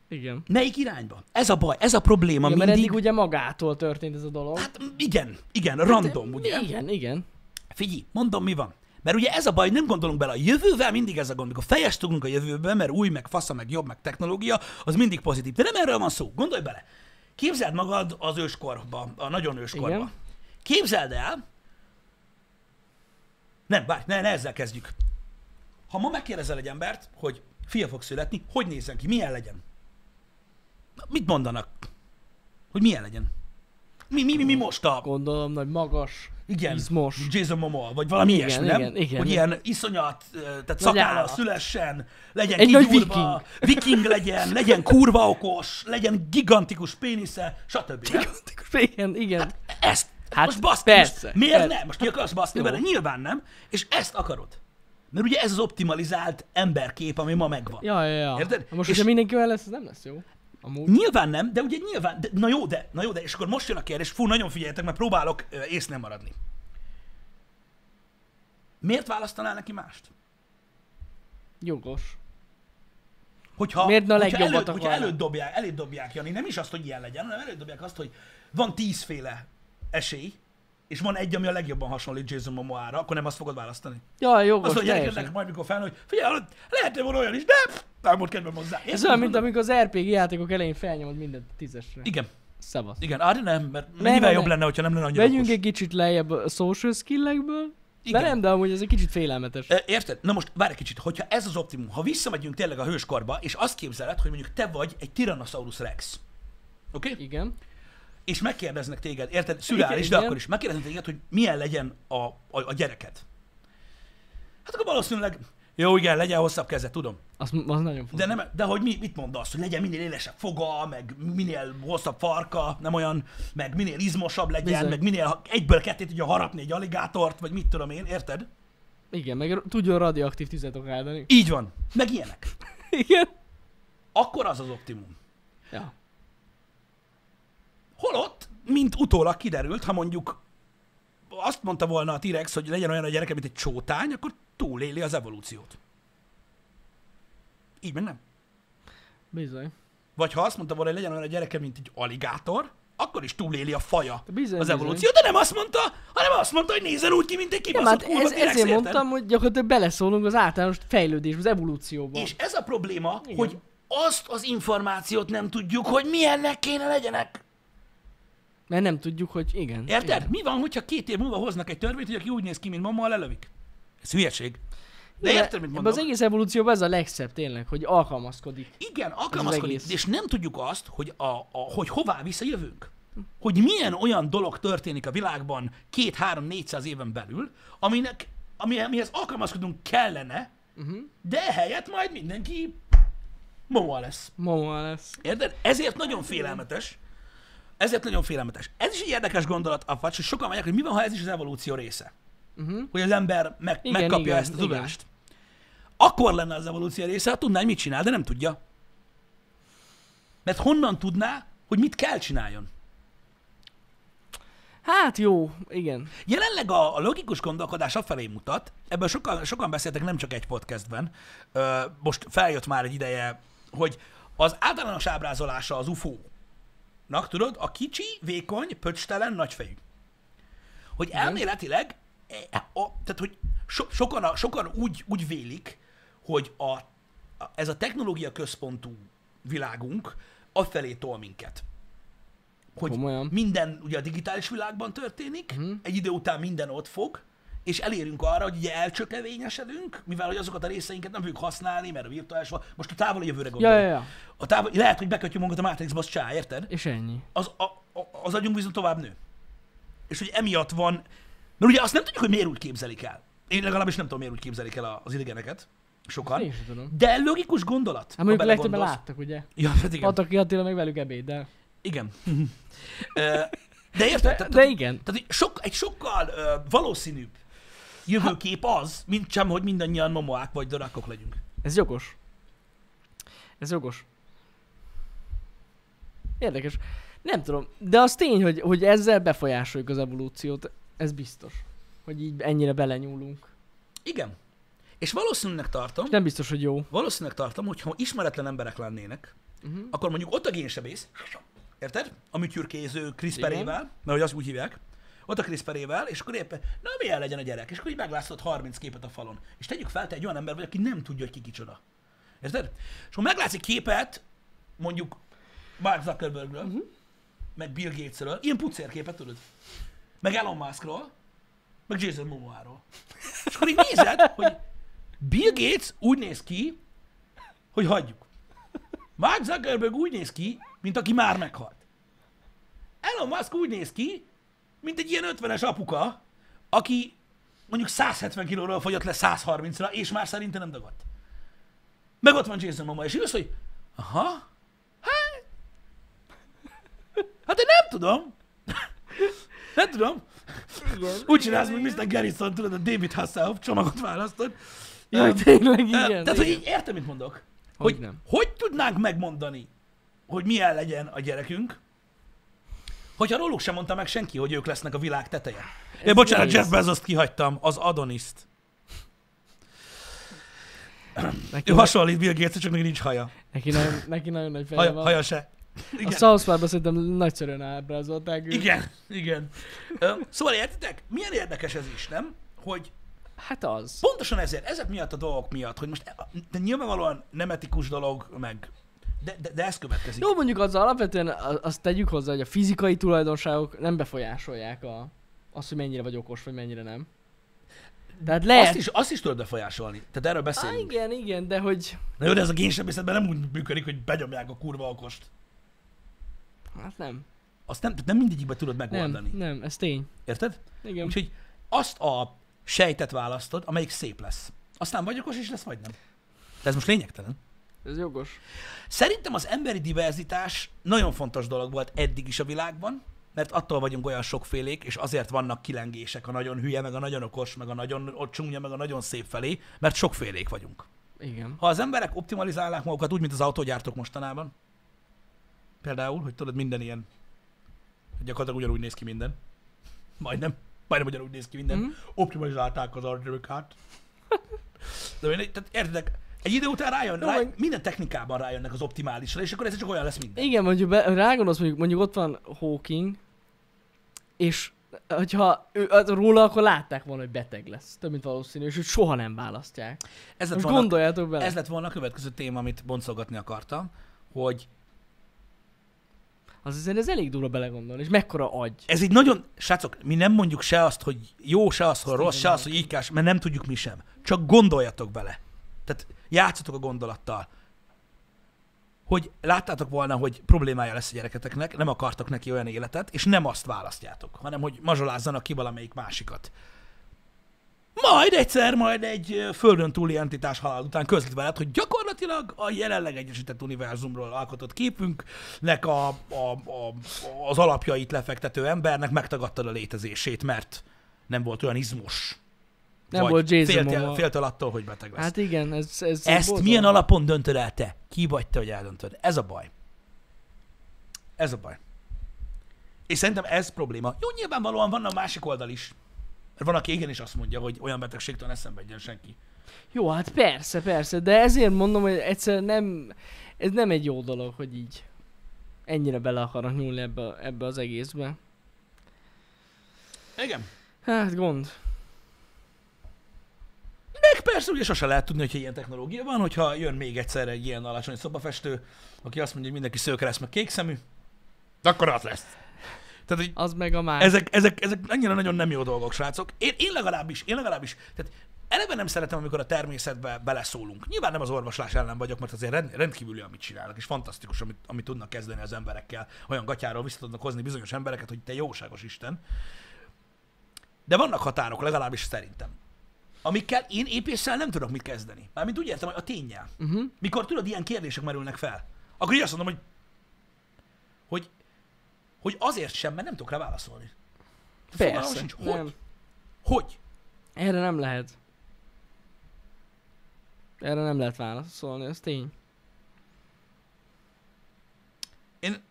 Igen.
Melyik irányba? Ez a baj, ez a probléma
igen, mert
mindig.
eddig ugye magától történt ez a dolog.
Hát m- igen, igen, random,
Hát,
ugye?
Igen, igen.
Figyelj, mondom, mi van. Mert ugye ez a baj, nem gondolunk bele a jövővel, mindig ez a gond, mikor fejest tudunk a jövőbe, mert új, meg fasza, meg jobb, meg technológia, az mindig pozitív. De nem erről van szó, gondolj bele. Képzeld magad az őskorba, a nagyon őskorba.
Igen.
Képzeld el, nem, várj, ne, ne ezzel kezdjük. Ha ma megkérdezel egy embert, hogy fia fog születni, hogy nézzen ki, milyen legyen? Mit mondanak? Hogy milyen legyen? Mi, mi, mi, mi most a,
Gondolom, nagy magas,
igen.
izmos.
Jason Momoa, vagy valami
Igen,
ilyesmi, nem?
igen, igen.
Hogy ilyen iszonyat, ö, tehát szakállal
állat.
szülessen, legyen
Egy nagy
kigyúrva, viking legyen, legyen kurva okos, legyen gigantikus pénisze, stb. nem?
Igen, igen.
Ezt,
Hát
hát most baszd,
persze,
most miért
persze.
nem? Most ki akarsz baszni
Jó.
vele? Nyilván nem, és ezt akarod. Mert ugye ez az optimalizált emberkép, ami ma megvan.
Ja, ja, ja.
Érted?
Most,
És-
hogyha mindenki olyan lesz, ez nem lesz jó. Amúgy.
Nyilván nem, de ugye nyilván, de, na jó, de, na jó, de, és akkor most jön a kérdés, fú, nagyon figyeljetek, mert próbálok ö, ész nem maradni. Miért választanál neki mást?
Jogos.
Hogyha,
Miért ne a
hogyha,
legjobbat
előtt, hogyha
akarná?
előtt dobják, előtt dobják, Jani, nem is azt, hogy ilyen legyen, hanem előtt dobják azt, hogy van tízféle esély, és van egy, ami a legjobban hasonlít Jason Momoára, akkor nem azt fogod választani.
Ja, jogos,
Azt mondja a
teljesen.
gyerekednek majd, mikor felnő, hogy figyelj, hallod, lehet, hogy van olyan is, de pff, nem volt kedvem hozzá.
Ez olyan, mint amikor az RPG játékok elején felnyomod mindent a tízesre.
Igen,
Szevasz.
igen, Ari nem, mert mennyivel
nem,
jobb
nem.
lenne, hogyha nem lenne annyira
Vegyünk
okos.
egy kicsit lejjebb a social skillekből.
Igen. E-
De nem, de amúgy ez egy kicsit félelmetes.
Ö, Érted? Na most várj egy kicsit, hogyha ez az optimum, ha visszamegyünk tényleg a hőskorba, és azt képzeled, hogy mondjuk te vagy egy Tyrannosaurus Rex, oké? Okay?
Igen.
És megkérdeznek téged, érted? Szülális, de
igen.
akkor is. Megkérdeznek téged, hogy milyen legyen a, a, a gyereked. Hát akkor valószínűleg, jó igen, legyen hosszabb keze, tudom.
Az, az nagyon fontos.
De, nem, de hogy mi, mit mondasz, hogy legyen minél élesebb foga, meg minél hosszabb farka, nem olyan, meg minél izmosabb legyen, Bizony.
Bizony.
meg minél ha- egyből kettét tudja harapni egy aligátort, vagy mit tudom én, érted?
Igen, meg r- tudjon radioaktív tüzet okáldani.
Így van. Meg ilyenek.
Igen.
Akkor az az optimum.
Ja.
Holott, mint utólag kiderült, ha mondjuk azt mondta volna a T-Rex, hogy legyen olyan a gyereke, mint egy csótány, akkor túléli az evolúciót. Így meg nem.
Bizony.
Vagy ha azt mondta volna, hogy legyen olyan a gyereke, mint egy aligátor, akkor is túléli a faja
Bizony,
az
bizony.
evolúció, de nem azt mondta, hanem azt mondta, hogy nézzen úgy ki, mint egy
Nem,
kibaszott
hát
kurva
ez,
T-rex,
ezért
érted?
mondtam, hogy gyakorlatilag beleszólunk az általános fejlődésbe, az evolúcióba.
És ez a probléma, Igen. hogy azt az információt nem tudjuk, hogy milyennek kéne legyenek.
Mert nem tudjuk, hogy igen.
Érted?
Igen.
Mi van, hogyha két év múlva hoznak egy törvényt, hogy aki úgy néz ki, mint mama, lelövik? Ez hülyeség. De
Igen,
érted, mit
ebben
mondok?
Az egész evolúcióban ez a legszebb tényleg, hogy alkalmazkodik.
Igen, alkalmazkodik,
egész.
és nem tudjuk azt, hogy, a, a, hogy hová visszajövünk.
Hm.
Hogy milyen olyan dolog történik a világban két-három-négyszáz éven belül, aminek, ami, amihez alkalmazkodunk kellene,
Mhm.
uh-huh. de ehelyett majd mindenki mama lesz.
Mama lesz.
Érted? Ezért nagyon félelmetes. Ezért nagyon félelmetes. Ez is egy érdekes gondolat, Afacs, hogy sokan mondják, hogy mi van, ha ez is az evolúció része. Uh-huh. Hogy az ember meg, igen,
Mhm. Igen,
megkapja igen,
igen,
ezt a
igen.
tudást. Akkor lenne az evolúció része, ha tudná, hogy mit csinál, de nem tudja. Mert honnan tudná, hogy mit kell csináljon?
Hát jó, igen.
Jelenleg a, a logikus gondolkodás afelé mutat, ebből sokan, sokan beszéltek nem csak egy podcastben, ö, most feljött már egy ideje, hogy az általános ábrázolása az UFO-nak, tudod, a kicsi, vékony, pöcstelen, nagyfejű. Hogy elméletileg, e, a, tehát hogy so, sokan, a, sokan úgy, úgy vélik, hogy a, a, ez a technológia központú világunk afelé tol minket hogy
Komolyan.
minden ugye a digitális világban történik,
Mhm.
egy idő után minden ott fog, és elérünk arra, hogy ugye elcsökevényesedünk, mivel hogy azokat a részeinket nem fogjuk használni, mert a virtuális van. Most a távoli jövőre gondolj.
Ja, ja, ja.
A távol, lehet, hogy bekötjük magunkat a Matrixba, az csá, érted?
És ennyi.
Az, a, a, az agyunk viszont tovább nő. És hogy emiatt van, mert ugye azt nem tudjuk, hogy miért úgy képzelik el. Én legalábbis nem tudom, miért úgy képzelik el a- az idegeneket.
Én
Sokan.
sem tudom.
De logikus gondolat.
Hát
ha
mondjuk legtöbben
belegondolsz.
láttak, ugye?
Ja, hát igen.
Pataki Attila meg velük ebéddel.
Igen. Ö, De érted?
De, de igen.
Tehát egy sok, egy sokkal ö, valószínűbb jövőkép az, mint sem, hogy mindannyian momoák vagy dorakok legyünk.
Ez jogos. Ez jogos. Érdekes. Nem tudom, de az tény, hogy, hogy ezzel befolyásoljuk az evolúciót, ez biztos. Hogy így ennyire belenyúlunk.
Igen. És valószínűnek tartom,
És nem biztos, hogy jó.
valószínűnek tartom, hogy ha ismeretlen emberek lennének, uh-huh. akkor mondjuk ott a génsebész, érted? A műtyürkéző CRISPR-ével, mert hogy azt úgy hívják, ott a CRISPR-ével, és akkor éppen, na milyen legyen a gyerek, és akkor így meglátszod 30 képet a falon. És tegyük fel, te egy olyan ember vagy, aki nem tudja, hogy ki kicsoda. Érted? És ha meglátsz egy képet, mondjuk Mark Zuckerbergről, uh-huh. meg Bill Gatesről, ilyen pucérképet tudod, meg Elon Muskról, meg Jason Momoáról. És akkor így nézed, hogy Bill Gates úgy néz ki, hogy hagyjuk. Mark Zuckerberg úgy néz ki, mint aki már meghalt. Elon Musk úgy néz ki, mint egy ilyen 50-es apuka, aki mondjuk 170 kilóról fogyott le 130-ra, és már szerintem nem dagadt. Meg ott van Jason Momoa, és igaz, hogy aha, hát, hát én nem tudom. Nem tudom.
Igen.
Úgy csinálsz, mint Mr. Garrison, tudod, a David Hasselhoff csomagot választod.
Jaj, tényleg igen.
Ö, Tehát, hogy
igen.
így értem, mit mondok. Hogy,
Hogy
hogy,
nem.
hogy tudnánk megmondani, hogy milyen legyen a gyerekünk, hogyha róluk sem mondta meg senki, hogy ők lesznek a világ teteje. Én bocsánat,
nehéz.
Jeff bezos kihagytam, az Adoniszt.
Neki,
Ő hasonlít Bill Gates, csak még nincs haja.
neki, nagyon, neki nagyon nagy feje
Haja,
van.
haja se.
A South Parkban szerintem nagyszerűen ábrázolták őt.
Igen, igen. Ö, Szóval értitek? Milyen érdekes ez is, nem? Hogy
Hát az.
pontosan ezért, ezek miatt a dolgok miatt, hogy most e, de nyilvánvalóan nem etikus dolog, meg de, de, de ez következik.
Jó, mondjuk az alapvetően a- azt tegyük hozzá, hogy a fizikai tulajdonságok nem befolyásolják a, azt, hogy mennyire vagy okos, vagy mennyire nem. Tehát lehet...
Azt is, azt is tudod befolyásolni. Tehát erről
Á,
beszélünk.
igen, igen, de hogy...
Na jó, de ez a génsebészetben nem úgy működik, hogy benyomják a kurva okost.
Hát nem.
Azt nem, tehát nem mindegyikbe tudod
Nem,
megoldani.
nem, ez tény.
Érted?
Igen.
Úgyhogy azt a sejtet választod, amelyik szép lesz. Aztán vagy okos is lesz, vagy nem. De ez most lényegtelen.
Ez jogos.
Szerintem az emberi diverzitás nagyon fontos dolog volt eddig is a világban, mert attól vagyunk olyan sokfélék, és azért vannak kilengések a nagyon hülye, meg a nagyon okos, meg a nagyon ott csúnya, meg a nagyon szép felé, mert sokfélék vagyunk.
Igen.
Ha az emberek optimalizálnák magukat úgy, mint az autógyártók mostanában, például, hogy tudod, minden ilyen, hogy gyakorlatilag ugyanúgy néz ki minden, majdnem, majdnem ugyanúgy néz ki minden,
Mhm.
mm-hmm. optimalizálták az agyarökát. De mindegy, tehát értedek, egy idő után rájön,
Jó,
rá,
meg-
minden technikában rájönnek az optimálisra, és akkor ez csak olyan lesz minden.
Igen, mondjuk be, rágondolsz, mondjuk, mondjuk ott van Hawking, és hogyha ő, az róla, akkor látták volna, hogy beteg lesz. Több mint valószínű, és őt soha nem választják.
Ez lett,
Most
volna,
gondoljátok bele.
ez lett volna a következő téma, amit boncolgatni akartam, hogy
Az azért ez elég durva belegondolni, és mekkora agy.
ez így nagyon, srácok, mi nem mondjuk se azt, hogy jó, se azt, hogy
Ezt
rossz,
így
se azt, hogy így kell, mert nem tudjuk mi sem. Csak gondoljatok bele. Tehát játszatok a gondolattal. Hogy láttátok volna, hogy problémája lesz a gyereketeknek, nem akartok neki olyan életet, és nem azt választjátok, hanem hogy mazsolázzanak ki valamelyik másikat. Majd egyszer, majd egy ö, földön túli entitás halál után közlit veled, hogy gyakorlatilag a jelenleg Egyesített Univerzumról alkotott képünknek a, a, a, az alapjait lefektető embernek megtagadtad a létezését, mert nem volt olyan izmos.
Nem
Vagy
volt Jason
féltél,
Momoa.
féltél attól, hogy beteg lesz.
Hát igen, ez... ez
Ezt
borzalmas.
milyen alapon döntöd el te? Ki vagy te, hogy eldöntöd? Ez a baj. Ez a baj. És szerintem ez probléma. Jó, nyilvánvalóan van a másik oldal is. Mert van, aki igenis azt mondja, hogy olyan betegségtől ne szenvedjen senki.
Jó, hát persze, persze, de ezért mondom, hogy egyszer nem, ez nem egy jó dolog, hogy így ennyire bele akarnak nyúlni ebbe, ebbe az egészbe.
Igen.
Hát gond.
Meg persze ugye sose lehet tudni, hogyha ilyen technológia van, hogyha jön még egyszer egy ilyen alacsony szobafestő, aki azt mondja, hogy mindenki szőke lesz, meg kékszemű, akkor az lesz. Tehát, hogy
Az meg a más.
Ezek, ezek, ezek annyira nagyon nem jó dolgok, srácok. Én, én legalábbis, én legalábbis, tehát eleve nem szeretem, amikor a természetbe beleszólunk. Nyilván nem az orvoslás ellen vagyok, mert azért rend, rendkívüli, amit csinálnak, és fantasztikus, amit, amit tudnak kezdeni az emberekkel. Olyan gatyáról vissza tudnak hozni bizonyos embereket, hogy te jóságos Isten. De vannak határok, legalábbis szerintem. Amikkel én épéssel nem tudok mit kezdeni. Mármint úgy értem, hogy a tényel.
Uh-huh.
Mikor tudod, ilyen kérdések merülnek fel, akkor így azt mondom, hogy, hogy, hogy azért sem, mert nem tudok rá válaszolni. Fogalmam
Persze.
sincs, hogy,
nem.
hogy?
Erre nem lehet. Erre nem lehet válaszolni, ez tény.
Én,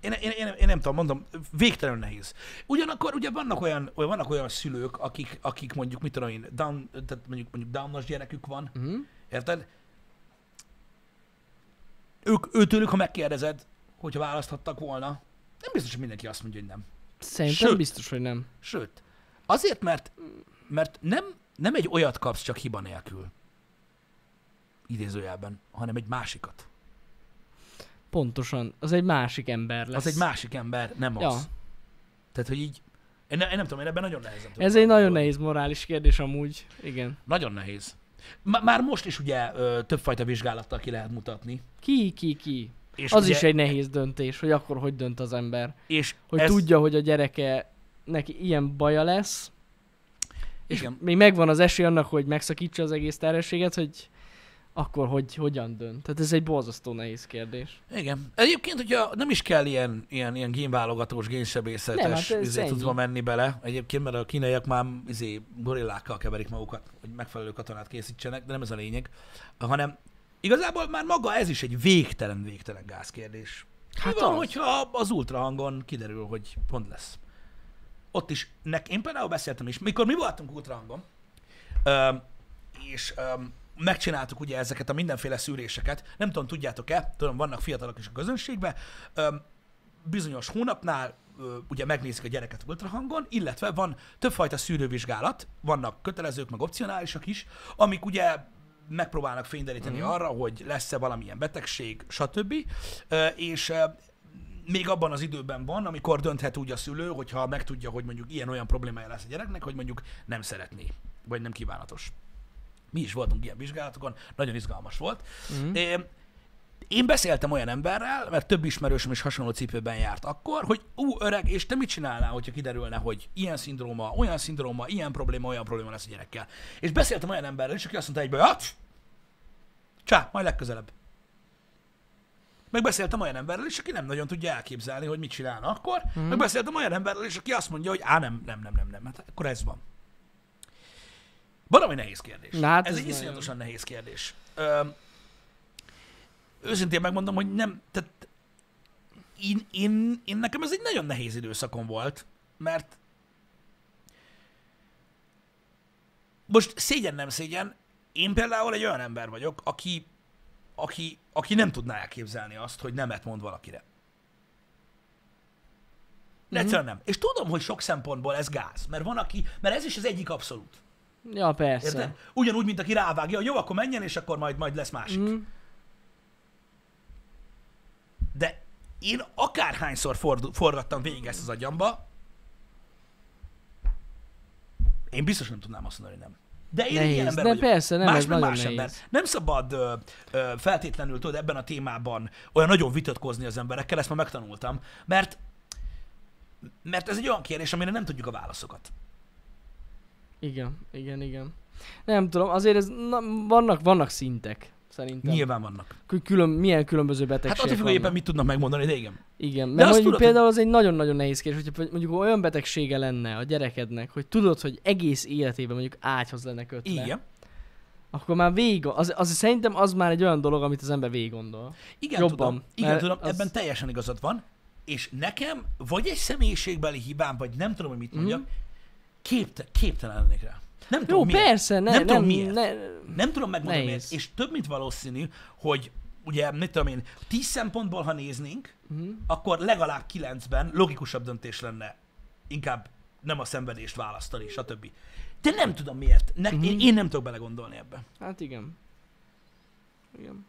én, én, én, nem tudom, mondom, végtelenül nehéz. Ugyanakkor ugye vannak olyan, olyan- vannak olyan szülők, akik, akik mondjuk, mit tudom én, down, tehát mondjuk, mondjuk downos gyerekük van,
Uh-huh.
Érted? Ők, őtőlük, ha megkérdezed, hogyha választhattak volna, nem biztos, hogy mindenki azt mondja, hogy nem.
Szerintem
Sőt.
biztos, hogy nem.
Sőt, azért, mert, mert nem, nem egy olyat kapsz csak hiba nélkül, idézőjelben, hanem egy másikat.
Pontosan. Az egy másik ember lesz.
Lesz. Az egy másik ember, nem az.
Ja.
Tehát, hogy így, én, ne, én nem tudom, én ebben nagyon nehéz.
Ez egy nagyon nehéz morális kérdés amúgy. Igen.
Nagyon nehéz. M- Már most is ugye ö, többfajta vizsgálattal ki lehet mutatni.
Ki, ki, ki.
És
Az
ugye,
is egy nehéz döntés, hogy akkor hogy dönt az ember.
és
hogy
ez-
ez... tudja, hogy a gyereke neki ilyen baja lesz, és
Igen.
még megvan az esély annak, hogy megszakítsa az egész terhességet, hogy akkor hogy, hogyan dönt. Tehát ez egy borzasztó nehéz kérdés.
Igen. Egyébként, hogyha nem is kell ilyen, ilyen, ilyen génválogatós, génsebészetes
Nem, hát ez
izé,
ennyi.
tudva menni bele. Egyébként, mert a kínaiak már izé, gorillákkal keverik magukat, hogy megfelelő katonát készítsenek, de nem ez a lényeg, hanem igazából már maga ez is egy végtelen, végtelen gázkérdés. Hát
Hát
Mi van,
az.
hogyha az ultrahangon kiderül, hogy pont lesz. Ott is, nek, én például beszéltem is, mikor mi voltunk ultrahangon, öm, és öm, megcsináltuk ugye ezeket a mindenféle szűréseket, nem tudom, tudjátok-e, tudom, vannak fiatalok is a közönségben, öm, bizonyos hónapnál ö, ugye megnézik a gyereket ultrahangon, illetve van többfajta szűrővizsgálat, vannak kötelezők, meg opcionálisak is, amik ugye megpróbálnak fényderíteni mm. arra, hogy lesz-e valamilyen betegség, stb. Ö, És ö, még abban az időben van, amikor dönthet úgy a szülő, hogyha megtudja, hogy mondjuk ilyen-olyan problémája lesz a gyereknek, hogy mondjuk nem szeretné, vagy nem kívánatos. Mi is voltunk ilyen vizsgálatokon, nagyon izgalmas volt. Mm. É, én beszéltem olyan emberrel, mert több ismerősöm is hasonló cipőben járt akkor, hogy ú, öreg, és te mit csinálnál, hogyha kiderülne, hogy ilyen szindróma, olyan szindróma, ilyen probléma, olyan probléma lesz a gyerekkel. És beszéltem olyan emberrel is, aki azt mondta egyből, hát, csá, majd legközelebb. Megbeszéltem olyan emberrel is, aki nem nagyon tudja elképzelni, hogy mit csinálna akkor.
Hmm.
Mm. Megbeszéltem olyan emberrel is, aki azt mondja, hogy á, nem, nem, nem, nem, nem, hát akkor ez van. Valami nehéz kérdés.
Na hát
ez,
ez
egy
nagyon.
iszonyatosan nehéz kérdés. Öm, őszintén megmondom, hogy nem, tehát én, én, én nekem ez egy nagyon nehéz időszakom volt, mert most szégyen nem szégyen, én például egy olyan ember vagyok, aki, aki, aki nem tudná elképzelni azt, hogy nemet mond valakire. Mm. Egyszerűen nem. És tudom, hogy sok szempontból ez gáz, mert van aki, mert ez is az egyik abszolút.
Ja, persze.
Érted? Ugyanúgy, mint aki rávágja, hogy jó, akkor menjen, és akkor majd, majd lesz másik. Mm. De én akárhányszor ford, forgattam végig ezt az agyamba, én biztos nem tudnám azt mondani, hogy nem. De én
Nehéz.
ilyen ember
De
vagyok.
persze, nem,
más
ez
meg
nagyon
más
nehéz.
ember. Nem szabad ö, ö, feltétlenül tudod ebben a témában olyan nagyon vitatkozni az emberekkel, ezt már megtanultam, mert mert ez egy olyan kérdés, amire nem tudjuk a válaszokat.
Igen, igen, igen. Nem tudom, azért ez, na, vannak, vannak szintek, szerintem.
Nyilván vannak.
Kül- Külön, milyen különböző
Hát
betegségek
attól függ, hogy
vannak.
éppen mit tudnak megmondani, de igen.
Igen, mert
azt
mondjuk
tudod, hogy-
például az egy nagyon-nagyon nehéz kérdés, hogyha mondjuk olyan betegsége lenne a gyerekednek, hogy tudod, hogy egész életében mondjuk ágyhoz lenne kötve.
Igen.
Akkor már végig, az, az, szerintem az már egy olyan dolog, amit az ember végig gondol.
Igen,
Jobban,
tudom, igen,
mert
tudom
az-
ebben teljesen igazad van, és nekem vagy egy személyiségbeli hibám, vagy nem tudom, hogy mit mondjak, mm. képte, képtelen lennék rá. Nem tudom
Mhm. Jó,
miért.
persze, ne,
nem,
nem,
tudom miért.
Ne,
Nem tudom megmondani
Nehéz.
miért. És több, mint valószínű, hogy ugye, mit tudom én, tíz szempontból, ha néznénk, mm.
Mhm,
akkor legalább kilencben logikusabb döntés lenne inkább nem a szenvedést választani, stb. De nem tudom miért. Ne,
Mhm.
mm. én, én nem tudok belegondolni ebbe.
hát igen. Igen.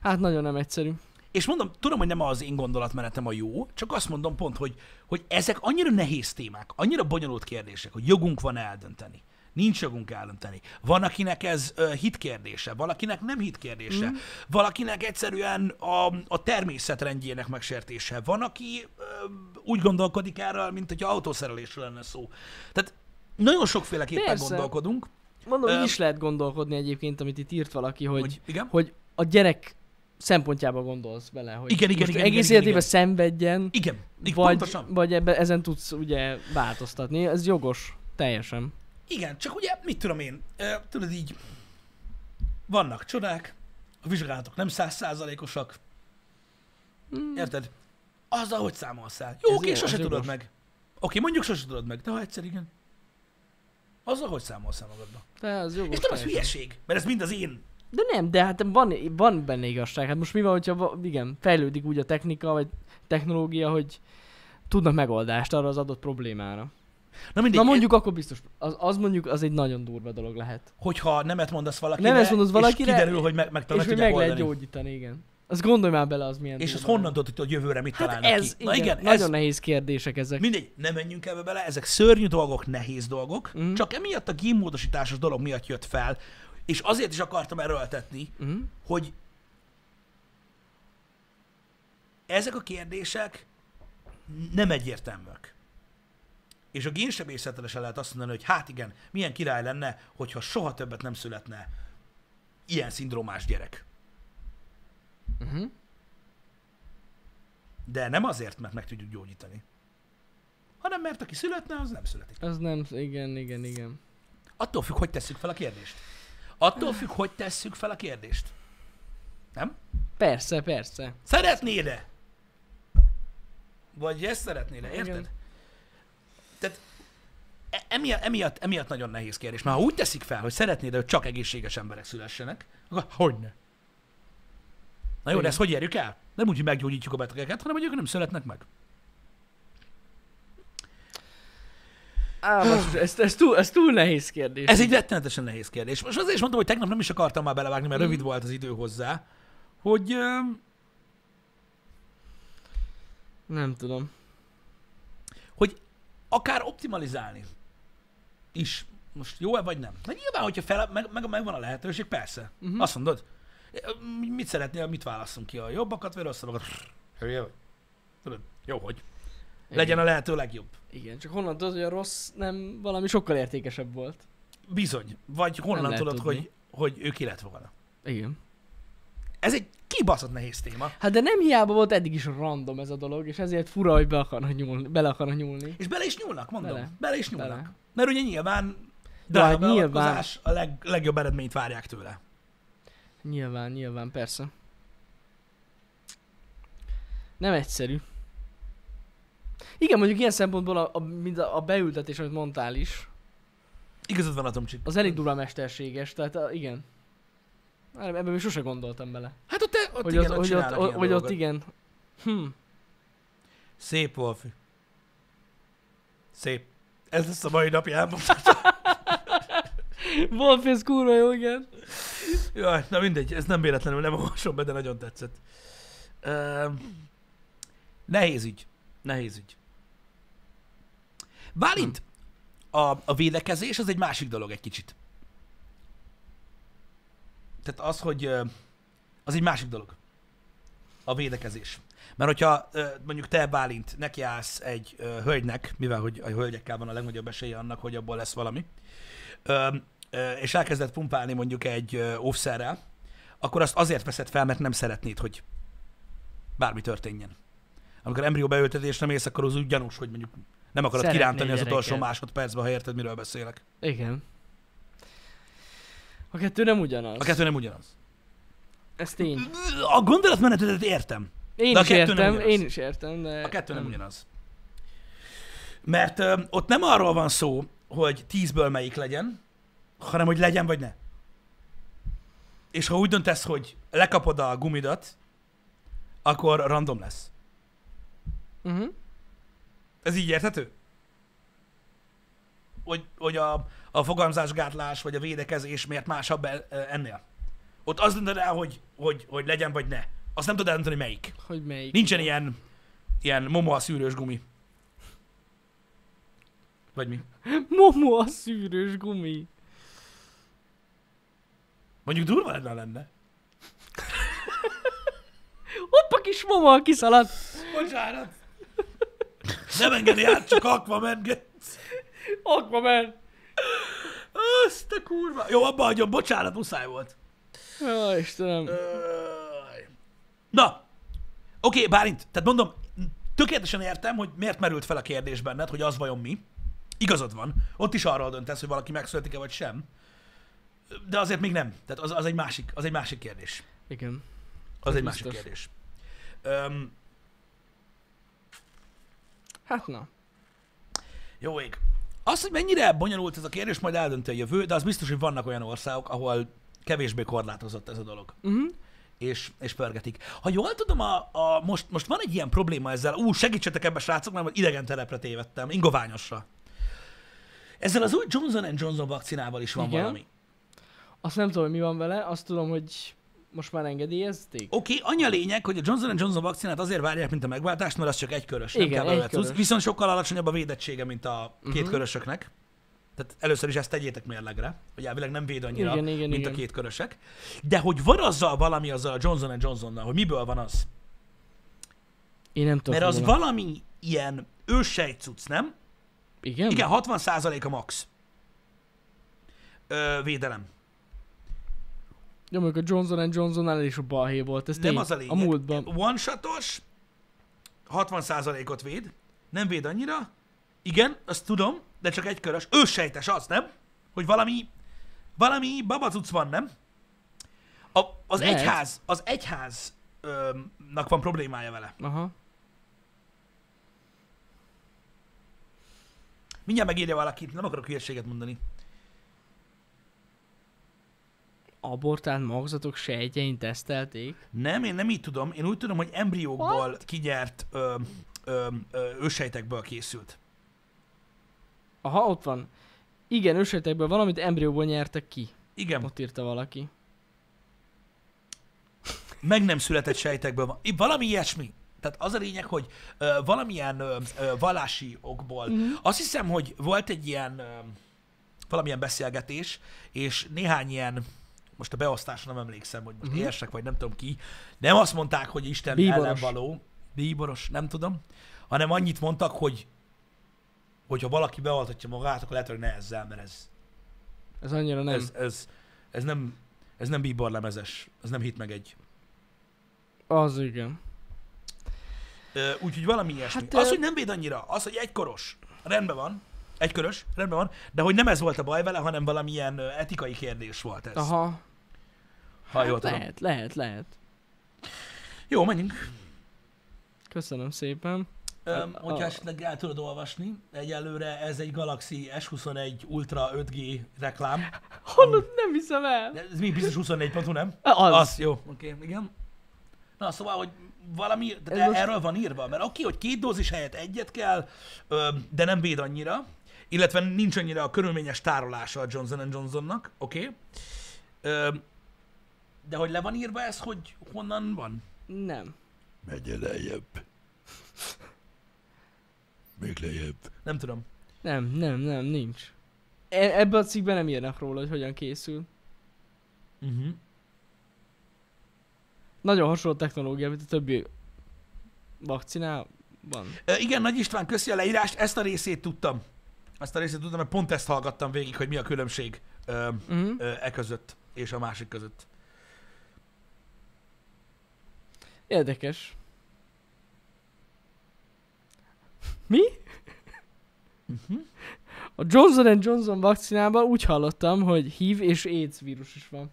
Hát nagyon nem egyszerű.
És mondom, tudom, hogy nem az én gondolatmenetem a jó, csak azt mondom pont, hogy, hogy ezek annyira nehéz témák, annyira bonyolult kérdések, hogy jogunk van eldönteni. Nincs jogunk eldönteni. Van, akinek ez ö, hitkérdése, valakinek nem
Mhm.
hitkérdése, mm. valakinek egyszerűen a, a természet rendjének megsértése, van, aki ö, úgy gondolkodik erről, mint hogy autószerelésről lenne szó. Tehát nagyon sokféleképpen
Persze.
gondolkodunk.
Mondom,
Öm.
így is lehet gondolkodni egyébként, amit itt írt valaki, hogy,
Hogy-
hogy,
igen?
hogy a gyerek szempontjába gondolsz bele, hogy
Igen, igen,
most
igen,
egész
igen, igen,
életében szenvedjen,
Igen, így
vagy,
pontosan.
vagy ebbe, ezen tudsz ugye változtatni, ez jogos, teljesen.
Igen, csak ugye, mit tudom én, ö, tudod így, vannak csodák, a vizsgálatok nem százszázalékosak, érted? Az, ahogy számolsz el.
Hmm.
Jó,
Ez
oké,
jó,
sose
ez
tudod
jogos.
meg. Oké, mondjuk sose tudod meg, de ha egyszer igen. Az, ahogy számolsz el magadba.
De ez jogos.
És tudom, ez
teljesen.
hülyeség, mert ez mind az én.
De nem, de hát van, van benne igazság. Hát most mi van, hogyha va- igen, fejlődik úgy a technika, vagy technológia, hogy tudnak megoldást arra az adott problémára.
Na mindegy,
Na mondjuk akkor biztos, az, az mondjuk az egy nagyon durva dolog lehet.
hogyha nemet mondasz valakire,
Nemet mondasz
és
valakire,
kiderül, hogy meg, meg,
és
meg
hogy meg lehet
oldani.
gyógyítani, igen. Azt gondolj már bele, az milyen
És azt
durva
honnan
dolog.
tudod, hogy jövőre mit
Hát
találnak
ez,
ki?
igen, igen,
ez,
nagyon nehéz kérdések ezek.
Mindegy, nem menjünk ebbe bele, ezek szörnyű dolgok, nehéz dolgok, mm. csak emiatt a gémmódosításos dolog miatt jött fel, és azért is akartam erőltetni, mm. hogy ezek a kérdések nem egyértelműek. És a génsebészetre se lehet azt mondani, hogy hát igen, milyen király lenne, hogyha soha többet nem születne ilyen szindrómás gyerek.
Mhm.
De nem azért, mert meg tudjuk gyógyítani, hanem mert aki születne, az nem születik.
Az nem, igen, igen, igen.
Attól függ, hogy tesszük fel a kérdést. Attól függ, hogy tesszük fel a kérdést. Nem?
Persze, persze.
Szeretnéd-e? Vagy ezt szeretnéd-e, érted?
Igen.
Tehát e- emiatt, emiatt, emiatt nagyon nehéz kérdés. Mert ha úgy teszik fel, hogy szeretnéd, hogy csak egészséges emberek szülessenek, akkor hogyne. Na jó, de
Igen.
ezt hogy érjük el? Nem úgy, hogy meggyógyítjuk a betegeket, hanem hogy ők nem születnek meg.
Á, basszus, ez, ez, túl, ez túl nehéz kérdés.
Ez egy rettenetesen nehéz kérdés. Most azért is mondtam, hogy tegnap nem is akartam már belevágni, mert rövid volt az idő hozzá, hogy ö,
Nem tudom.
hogy akár optimalizálni is. Most jó-e vagy nem? De nyilván, hogyha fel, meg, meg, megvan a lehetőség, persze.
Mhm.
Uh-huh. Azt mondod, ö, mi- mit szeretnél, mit válasszunk ki? A jobbakat vagy a rosszabbakat? Hülye vagy. Tudod, jó, hogy.
Igen.
Legyen a lehető legjobb.
Igen, csak honnan tudod, hogy a rossz nem valami sokkal értékesebb volt.
Bizony. Vagy honnan
lehet
tudod,
tudni.
hogy, hogy ő ki lett volna.
Igen.
Ez egy kibaszott nehéz téma.
Hát de nem hiába volt eddig is random ez a dolog, és ezért fura, hogy be akarnak nyúlni, bele akarnak nyúlni.
És bele is nyúlnak, mondom. Bele,
Bele.
bele is nyúlnak. Bele.
Bele.
Mert ugye nyilván
De hát
drága
nyilván.
beavatkozás, a leg, legjobb eredményt várják tőle.
Nyilván, nyilván, persze. Nem egyszerű. Igen, mondjuk ilyen szempontból a, a, mind a, a beültetés, amit mondtál is,
Igazad van, Atomcsik.
az elég durva mesterséges, tehát a, igen. Már Ebben még sose gondoltam bele.
Hát ott, ott
Hogy
igen,
ott, hogy ott,
csinálnak
ott,
ilyen
hogy ott
dolgokat.
igen. Hm.
Szép, Wolfi. Szép. Ez lesz a mai napjában.
Wolf, ez kurva jó, igen.
Jaj, na mindegy, ez nem véletlenül nem olvasom be, de nagyon tetszett. Um, nehéz ügy. Nehéz ügy. Bálint, a, a védekezés az egy másik dolog egy kicsit. Tehát az, hogy ö, az egy másik dolog. A védekezés. Mert hogyha ö, mondjuk te, Bálint, nekiállsz egy ö, hölgynek, mivel hogy a hölgyekkel van a legnagyobb esélye annak, hogy abból lesz valami, ö, ö, és elkezdett pumpálni mondjuk egy ö, offszerrel, akkor azt azért veszed fel, mert nem szeretnéd, hogy bármi történjen. Amikor embrió beültetésre mész, akkor az úgy gyanús, hogy mondjuk nem akarod
Szeretné
kirántani az
gyereket.
utolsó másodpercben, ha érted, miről beszélek.
Igen. A kettő nem ugyanaz.
A kettő nem ugyanaz.
Ez tény.
A gondolatmenetedet értem.
Én
De a
is
kettő nem
értem,
ugyanaz.
én is értem, de...
A kettő nem ugyanaz. Mert ö, ott nem arról van szó, hogy tízből melyik legyen, hanem hogy legyen vagy ne. És ha úgy döntesz, hogy lekapod a gumidat, akkor random lesz.
Uh-huh.
Ez így érthető? Hogy, hogy a, a fogalmazásgátlás vagy a védekezés miért másabb el- ennél? Ott az döntöd el, hogy, hogy, hogy legyen vagy ne. Azt nem tudod eldönteni, melyik.
Hogy melyik?
Nincsen ilyen, ilyen momoa szűrős gumi. Vagy mi?
Momo a szűrős gumi.
Mondjuk durva lenne, ha lenne.
Hoppa kis Momo kiszaladt.
Bocsánat. Nem engedi át, csak akva mengetsz.
Aquaman.
Azt a kurva. Jó, abba hagyom, bocsánat, muszáj volt.
Ó, Istenem.
Öj. Na, oké, okay, Bálint, tehát mondom, tökéletesen értem, hogy miért merült fel a kérdés benned, hogy az vajon mi. Igazad van, ott is arról döntesz, hogy valaki megszületik-e vagy sem. De azért még nem. Tehát az, az, egy, másik, az egy másik kérdés.
Igen.
Az egy
biztos.
másik kérdés. Öm,
Hát na.
jó ég. Az, hogy mennyire bonyolult ez a kérdés, majd eldönti a jövő, de az biztos, hogy vannak olyan országok, ahol kevésbé korlátozott ez a dolog.
Uh-huh.
És, és pörgetik. Ha jól tudom, a, a, most, most van egy ilyen probléma ezzel. Ú, segítsetek ebbe, srácok, mert idegen telepre tévedtem, ingoványosra. Ezzel az új Johnson Johnson vakcinával is van Igen?
Igen.
valami.
Azt nem tudom, hogy mi van vele, azt tudom, hogy most már engedélyezték.
Oké, okay, annyi a lényeg, hogy a Johnson Johnson vakcinát azért várják, mint a megváltást, mert az csak egykörös, nem
Igen, Mhm.
kell belőle
egykörös.
cucc. Viszont sokkal alacsonyabb a védettsége, mint a kétkörösöknek. Tehát először is ezt tegyétek mérlegre, hogy elvileg nem véd annyira,
Igen, igen,
mint
igen.
a kétkörösek. De hogy van azzal valami azzal a Johnson Johnsonnal, hogy miből van az?
Én nem tudom.
Mert az
róla.
valami ilyen őssejt cucc, nem?
Igen?
Igen, 60% a max. Ö, védelem.
Jó, mondjuk a Johnson Johnsonnál is a balhé volt, ez
Nem
tény.
az a lényeg.
A múltban.
One shotos, 60%-ot véd, nem véd annyira. Igen, azt tudom, de csak egy körös. Őssejtes az, nem? Hogy valami, valami babacuc van, nem? A, az
Lehet.
egyház, az egyháznak van problémája vele.
Aha.
Mindjárt megírja valakit, nem akarok hülyeséget mondani.
Abortált magzatok sejtjein tesztelték.
Nem, én nem így tudom. Én úgy tudom, hogy embriókból kigyárt ö, ö, ö, ősejtekből készült.
Aha, ott van. Igen, ősejtekből valamit embrióból nyertek ki.
Igen,
Ott írta valaki.
meg nem született sejtekből van. Í- Valami ilyesmi. Tehát az a lényeg, hogy ö, valamilyen ö, ö, vallási okból.
Mhm.
Mm-hmm. Azt hiszem, hogy volt egy ilyen ö, valamilyen beszélgetés, és néhány ilyen, most a beosztásra nem emlékszem, hogy most mm-hmm. érsek, vagy nem tudom ki, nem azt mondták, hogy Isten
Mhm. Bíboros.
ellen való, bíboros, nem tudom, hanem annyit mondtak, hogy hogyha valaki beoltatja magát, akkor lehet, hogy ne ezzel, mert ez,
Ez annyira nem.
ez, ez, ez nem ez nem bíborlemezes, ez nem hit meg egy.
Az igen.
Ö, Úgyhogy valami ilyesmi. Hát,
Hát,
az,
ö-
hogy nem véd annyira, az, hogy egykoros, rendben van, egykörös, rendben van, de hogy nem ez volt a baj vele, hanem valamilyen ö, etikai kérdés volt ez. Aha,
Aha. Hát
ha jól tudom.
lehet, lehet, lehet.
Jó, menjünk.
Köszönöm szépen.
Öm,
Hát,
hogyha
a-
esetleg el tudod olvasni, egyelőre ez egy Galaxy S21 Ultra 5G reklám.
Hallod, nem hiszem el.
Ez mi biztos 24 pontú, nem?
Az.
Az, jó. Oké, okay, igen. Na, szóval, hogy valami, de
most-
erről van írva, mert oké, hogy két dózis helyett egyet kell, ö, de nem véd annyira, illetve nincs annyira a körülményes tárolása a Johnson Johnsonnak, oké? Ö, De hogy le van írva ez, hogy honnan van?
Nem.
Menj lejjebb. Még lejjebb.
Nem tudom.
Nem, nem, nem, nincs. E- ebben a cikkben nem írnak róla, hogy hogyan készül.
Uh-huh.
Nagyon hasonló technológia, mint a többi vakcinában.
Igen, Nagy István, köszi a leírást, ezt a részét tudtam. Ezt a részét tudtam, mert pont ezt hallgattam végig, hogy mi a különbség ö,
Uh-huh.
ö, e között és a másik között.
Érdekes. Mi? Mhm. A Johnson Johnson vakcinában úgy hallottam, hogy HIV és AIDS vírus is van.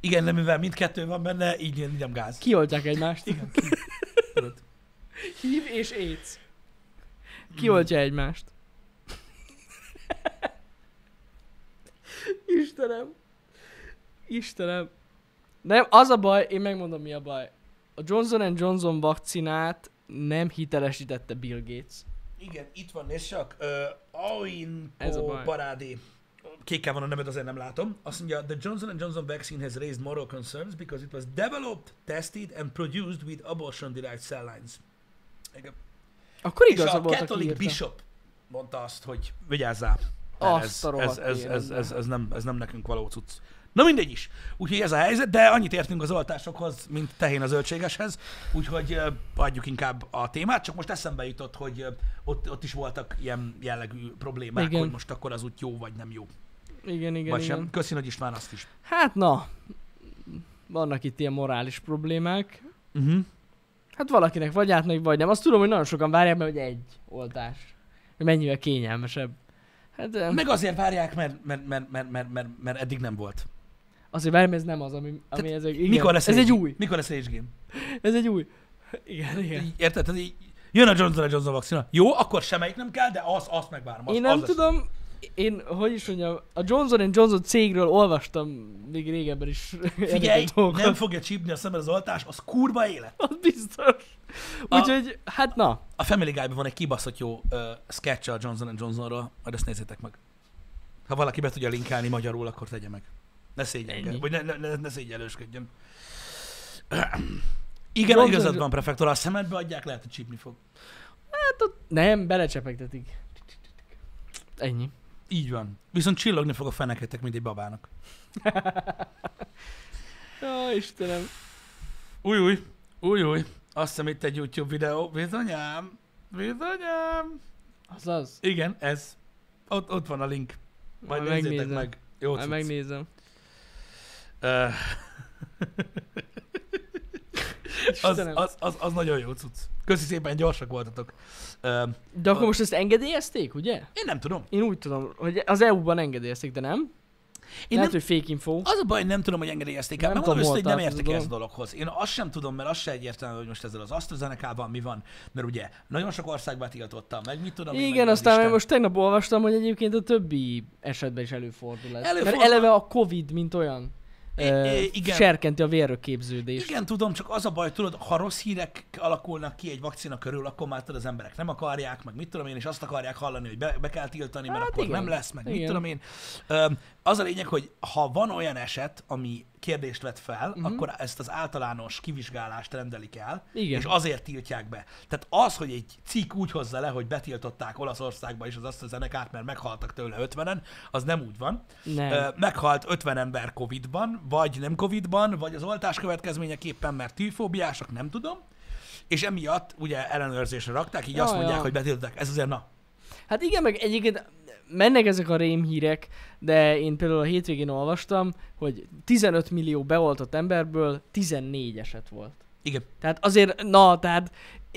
Igen, de mivel mindkettő van benne, így így nem gáz.
Kioltják egymást.
Igen, ki. Tudod.
HIV és AIDS. Kioltja egymást. Istenem. Istenem. Nem, az a baj, én megmondom mi a baj. A Johnson Johnson vakcinát nem hitelesítette Bill Gates.
Igen, itt van, és csak uh, Oin
Ez a baj.
parádé. Kékkel van a nevet, azért nem látom. Azt mondja, the Johnson Johnson vaccine has raised moral concerns because it was developed, tested and produced with abortion-derived cell lines. Igen.
Akkor
És
igaza
a
volt, aki
Catholic
írta.
Bishop mondta azt, hogy vigyázzál. mert
Azt
ez,
a rohadt
ez, ez, ez,
életben.
ez, ez, nem, ez nem nekünk való cucc. Na mindegy is. Úgyhogy ez a helyzet, de annyit értünk az oltásokhoz, mint tehén az zöldségeshez, úgyhogy ö, adjuk inkább a témát, csak most eszembe jutott, hogy ö, ott, ott is voltak ilyen jellegű problémák, Igen.
Igen.
hogy most akkor az út jó vagy nem jó.
Igen, igen,
vagy
igen.
sem. Köszi Nagy István azt is.
Hát na, vannak itt ilyen morális problémák.
Uh-huh.
Hát valakinek vagy átmegy, vagy nem. Azt tudom, hogy nagyon sokan várják, mert hogy egy oltás. Hogy mennyivel kényelmesebb. Hát em,
Meg azért várják, mert, mert, mert, mert, mert, mert, mert eddig nem volt.
azért várj, mert ez nem az, ami, ami ez, egy, igen,
Mikor lesz
ez egy
Rage-
új.
Mikor lesz Rage Game?
Ez egy új. Igen, igen.
Így, érted? Tehát így, jön a Johnson Johnson vaccina. Jó, akkor semmelyik nem kell, de az, azt megvárom. Az,
Én
az
nem
lesz.
tudom, én, hogy is mondjam, a Johnson Johnson cégről olvastam még régebben is.
Figyelj,
érdekes dolgokat.
nem fogja csípni a szemed az oltás, az kurva élet.
Az biztos.
A-
Úgyhogy, hát na.
A Family guy van egy kibaszott jó uh, sketch a Johnson Johnsonról, majd ezt nézzétek meg. Ha valaki be tudja linkelni magyarul, akkor tegye meg. Ne szégyenkedj,
Ennyi.
vagy ne, ne, ne, ne szégyelősködjön. Igen, Johnson...
Johnson-
igazad van, prefektor, a szemedbe adják, lehet, hogy csípni fog.
Nem, belecsepegtetik. Ennyi.
Így van. Viszont csillogni fog a feneketek, mint egy babának.
Ó, Istenem.
Új, új, új, új. Azt hiszem itt egy YouTube videó. Bizonyám, bizonyám.
Azaz.
Igen, ez. Ott, ott van a link. Majd
Majd
nézzétek
megnézem.
meg. Jó
Majd
cucc.
megnézem.
Ö, az,
Istenem.
az, az, az, nagyon jó cucc. Köszi szépen, gyorsak voltatok. Ö,
De akkor most ezt engedélyezték, ugye?
Én nem tudom.
Én úgy tudom, hogy az EU-ban E engedélyezték, de nem?
Én
Lehet,
nem,
hogy fake info.
az a baj, hogy nem tudom, hogy engedélyezték el,
Nem
mert mondom
tudom,
őszintén, hogy
hol
nem
tart ez a
értek ez a
dolog.
dologhoz. Én azt sem tudom, mert az se egyértelmű, hogy most ezzel az AstraZeneca-val mi van, mert ugye nagyon sok országban tiltotta, meg mit tudom én, meg
Igen,
mi az
aztán
Isten.
most tegnap olvastam, hogy egyébként a többi esetben is előfordul ez. Előfordul.
Előfordul.
Mert eleve a Covid, mint olyan,
É,
ö,
é, igen.
serkenti a vérrökképződést.
Igen, tudom, csak az a baj, tudod, ha rossz hírek alakulnak ki egy vakcina körül, akkor már tudod, az emberek nem akarják, meg mit tudom én, és azt akarják hallani, hogy be, be kell tiltani, mert
Hát
akkor
igen.
nem lesz, meg mit
Igen.
tudom én. Öm, Az a lényeg, hogy ha van olyan eset, ami kérdést vet fel,
Mhm.
uh-huh. akkor ezt az általános kivizsgálást rendelik el,
Igen.
és azért tiltják be. Tehát az, hogy egy cikk úgy hozza le, hogy betiltották Olaszországba is az AstraZeneca-t, mert meghaltak tőle 50-en, az nem úgy van.
Nem.
Ö, meghalt 50 ember Covid-ban, vagy nem Covid-ban, vagy az oltás következményeképpen, mert tűfóbiások, nem tudom. És emiatt ugye ellenőrzésre rakták, így azt
Ja,
mondják,
ja.
hogy betiltották. Ez azért na.
Hát igen, meg egyébként mennek ezek a rémhírek, de én például a hétvégén olvastam, hogy 15 millió beoltott emberből 14 eset volt.
Igen.
Tehát azért, na, tehát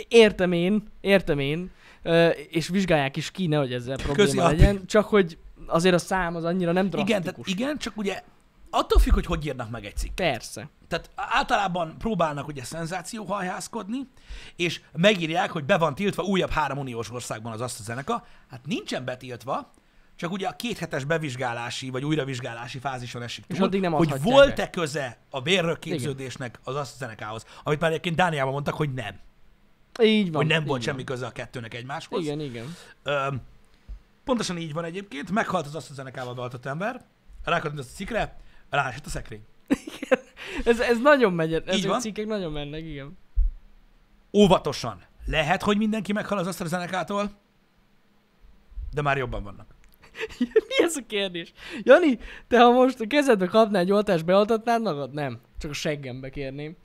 értem én, értem én, ö, és vizsgálják is ki, nehogy ezzel probléma
Közi api.
legyen, csak hogy azért a szám az annyira nem
Igen,
drasztikus.
tehát igen, csak ugye attól függ, hogy hogy írnak meg egy cikk.
Persze.
Tehát általában próbálnak ugye szenzációhajhászkodni, és megírják, hogy be van tiltva újabb három uniós országban az AstraZeneca. Hát nincsen betiltva, csak ugye a kéthetes bevizsgálási vagy újravizsgálási fázison esik
És
túl,
addig nem
hogy
adhatják
volt-e köze a vérrökképződésnek az AstraZeneca-hoz, amit már egyébként Dániában mondtak, hogy nem.
Így van.
Hogy nem
így
volt
van.
semmi köze a kettőnek egymáshoz.
Igen, igen.
Öm, pontosan így van egyébként, meghalt az AstraZeneca-val beoltott ember, rákattant a szikre, ráesett a szekrény.
Ez, ez nagyon megy,
Így
ezek
van.
a cikkek nagyon mennek, igen.
óvatosan. Lehet, hogy mindenki meghal az AstraZeneca-tól, de már jobban vannak.
Mi ez a kérdés? Jani, te ha most a kezedbe kapnál egy oltást, beoltatnád magad? Nem. Csak a seggembe kérném.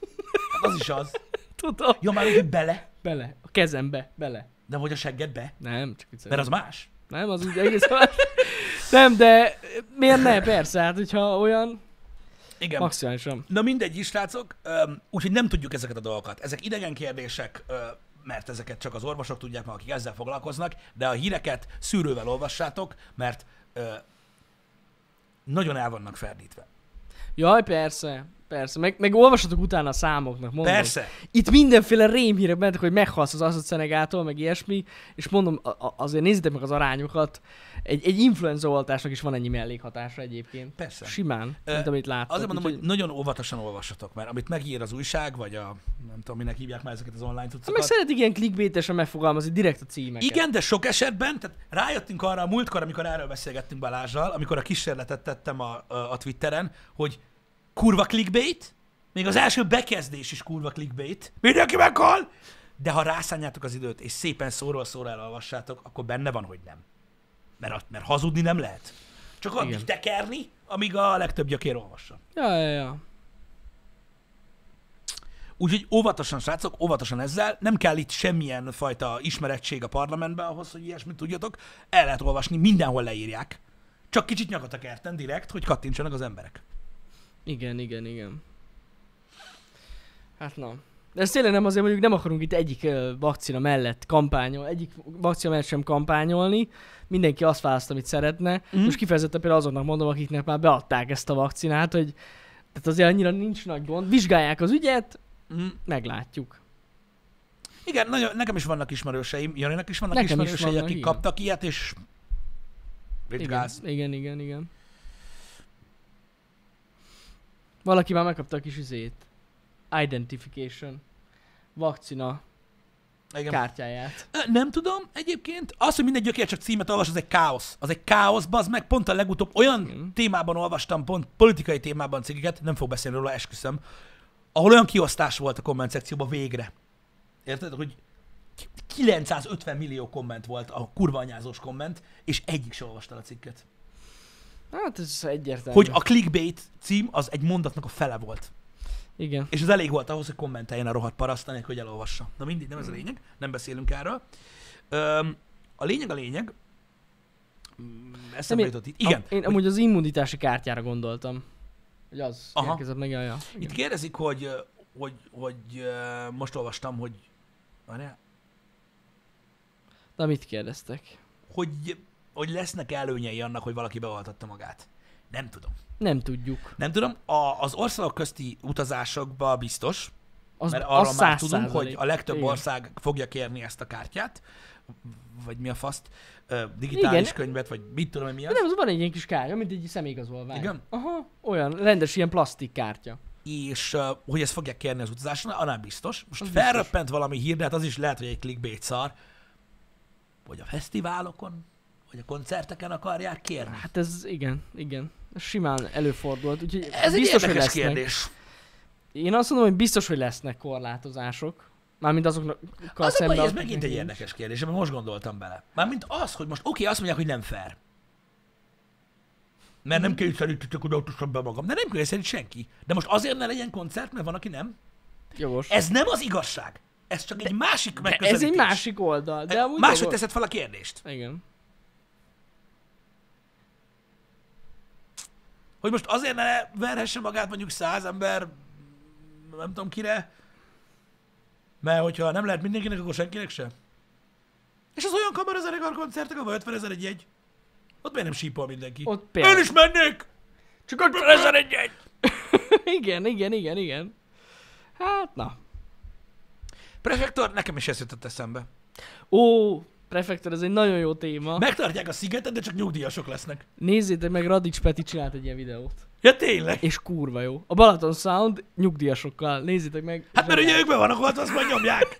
Hát Az is az.
Tudom.
Jó, már úgy, hogy bele,
Bele. A kezembe. Bele.
de hogy a seggedbe,
Nem, csak viccelem.
mert az más.
Nem, az úgy egész más. Nem, de eh, miért ne? Persze, hát hogyha olyan,
Igen. Max.
maximálisan.
Na mindegy is, srácok, Öm, úgyhogy nem tudjuk ezeket a dolgokat. Ezek idegen kérdések, ö, mert ezeket csak az orvosok tudják, meg akik ezzel foglalkoznak, de a híreket szűrővel olvassátok, mert ö, nagyon el vannak ferdítve.
Jaj, persze. Persze, meg, meg olvasatok utána a számoknak, mondom.
Persze.
Itt mindenféle rémhírek mentek, hogy meghalsz az AstraZenegától, meg ilyesmi, és mondom, a- a- azért nézzétek meg az arányokat. Egy, egy influenza oltásnak is van ennyi mellékhatása egyébként.
Persze.
Simán,
Ö,
mint amit láttam.
Azért mondom, hogy nagyon óvatosan olvassatok, mert amit megír az újság, vagy a nem tudom, minek hívják már ezeket az online
Hát meg
cuccokat,
szeretik ilyen clickbaitesen megfogalmazni direkt a címeket.
Igen, de sok esetben, tehát rájöttünk arra a múltkor, amikor erről beszélgettünk Balázsral, amikor a kísérletet tettem a, a, a Twitteren, hogy kurva clickbait, még az első bekezdés is kurva clickbait, mindenki meghal, de ha rászánjátok az időt, és szépen szóról szóra elolvassátok, akkor benne van, hogy nem. Mert, a- mert hazudni nem lehet. Csak addig
Igen.
tekerni, amíg a legtöbb gyakér olvassa.
Ja, ja, ja.
Úgyhogy óvatosan, srácok, óvatosan ezzel. Nem kell itt semmilyen fajta ismerettség a parlamentben ahhoz, hogy ilyesmit tudjatok. El lehet olvasni, mindenhol leírják. Csak kicsit nyakat a kerten direkt, hogy kattintsanak az emberek.
Igen, igen, igen. Hát na. De ez tényleg nem azért mondjuk nem akarunk itt egyik ö, vakcina mellett kampányolni, egyik vakcina mellett sem kampányolni. Mindenki azt választ, amit szeretne.
Mhm.
Mm. Most kifejezetten például azoknak mondom, akiknek már beadták ezt a vakcinát, hogy tehát azért annyira nincs nagy gond. Vizsgálják az ügyet,
Mm.
meglátjuk.
Igen, nagyon, nekem is vannak ismerőseim, Janinak is vannak
Nekem is
ismerősei,
vannak,
akik
igen.
kaptak ilyet, és
Igen,
ritkász.
igen, igen, igen. Valaki már megkapta a kis izét. Identification. Vakcina
Igen.
kártyáját.
Ö, Nem tudom egyébként. Az, hogy minden gyökér csak címet olvas, az egy káosz. Az egy káosz, az meg pont a legutóbb olyan
Igen.
témában olvastam, pont politikai témában cikkeket, nem fog beszélni róla, esküszöm, ahol olyan kiosztás volt a komment szekcióban végre. Érted, hogy 950 millió komment volt a kurva anyázós komment, és egyik se olvasta a cikket.
Hát ez egyértelmű.
Hogy a clickbait cím az egy mondatnak a fele volt.
Igen.
És az elég volt ahhoz, hogy kommenteljen a rohadt paraszt, anélkül, hogy elolvassa. Na mindig, nem ez a
Mm.
lényeg, nem beszélünk erről. Öm, a lényeg a lényeg, Mm, eszembe
Nem,
jutott itt. Igen,
A, én amúgy az immunitási kártyára gondoltam. Hogy az
Aha.
Aha. érkezett meg, jaj, ja.
itt
Igen.
kérdezik, hogy, ö, hogy, hogy ö, most olvastam, hogy várjál,
Na mit kérdeztek?
hogy, hogy lesznek előnyei annak, hogy valaki beoltatta magát. Nem tudom.
Nem tudjuk.
Nem tudom, a, az országok közti utazásokban biztos,
Az,
mert arra
az
már
100
tudunk, hogy
százalék.
a legtöbb
Igen.
ország fogja kérni ezt a kártyát, vagy mi a faszt, ö, digitális
Igen.
könyvet, vagy mit tudom, hogy mi
De
az.
nem, az van egy ilyen kis kártya, mint egy személyigazolvány.
Igen.
Aha, olyan rendes ilyen plastik kártya.
és ö, hogy ezt fogják kérni az utazáson, annál biztos. Most
Az
felröppent valami hír, de hát az is lehet, hogy egy clickbait szar, hogy a fesztiválokon, vagy a koncerteken akarják kérni.
Hát ez igen, igen. Ez Simán előfordult, úgyhogy
Ez
biztos, hogy
egy érdekes
lesznek.
kérdés.
Én azt mondom, hogy biztos, hogy lesznek korlátozások. Mármint azoknak
Az a baj, ez
akiknek
megint egy
nincs.
érdekes kérdés, mert most gondoltam bele. Mármint az, hogy most oké, okay, azt mondják, hogy nem fair. Mert
Mhm.
nem kényszerítettek, hogy autósan be magam. De nem kényszerít senki. De most azért ne legyen koncert, mert van, aki nem.
Jogos.
Ez nem az igazság. Ez csak egy másik
De ez
megközelítés.
egy másik oldal, de amúgy
Máshogy
jogos.
teszed fel a kérdést.
Igen.
Hogy most azért ne verhesse magát mondjuk száz ember, nem tudom kire, mert hogyha nem lehet mindenkinek, akkor senkinek se. És az olyan kamar ezer koncertek, ahol 50 ezer egy jegy. Ott miért nem sípol mindenki?
Ott
Én
például.
is mennék! Csak 50 ezer egy jegy!
igen, igen, igen, igen. Hát na.
Prefektor, nekem is ez jutott eszembe.
Ó, prefektor, ez egy nagyon jó téma.
Megtartják a szigetet, de csak nyugdíjasok lesznek.
Nézzétek meg, Radics Peti csinált egy ilyen videót.
Ja tényleg?
És kurva jó. A Balaton Sound nyugdíjasokkal. Nézzétek meg.
Hát mert
zseniális.
ugye ők be vannak ott, azt majd nyomják.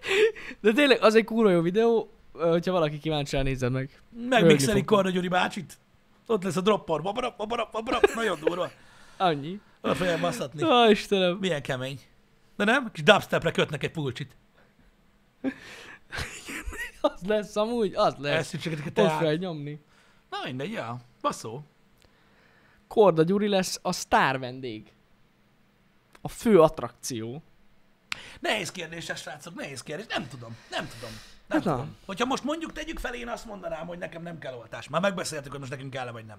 De tényleg, az egy kurva jó videó, ö, hogyha valaki kíváncsi rá, nézze meg.
Megmixelik
fognak.
Korna Gyuri bácsit. Ott lesz a droppor. Babarap, babarap, babarap. Nagyon durva.
Annyi.
Oda fogják basszatni.
Ó, Istenem.
Milyen kemény. De nem? Kis dubstepre kötnek egy pulcsit.
Az lesz amúgy, az lesz.
Elszűrtségetek a
Most kell
teát.
nyomni.
Na mindegy, ja. Baszó.
Korda Gyuri lesz a sztár vendég. A fő attrakció.
Nehéz kérdés, ez, srácok, nehéz kérdés. Nem tudom, nem tudom. Nem
Hát na.
tudom. Hogyha most mondjuk tegyük fel, én azt mondanám, hogy nekem nem kell oltás. Már megbeszéltük, hogy most nekünk kell vagy nem.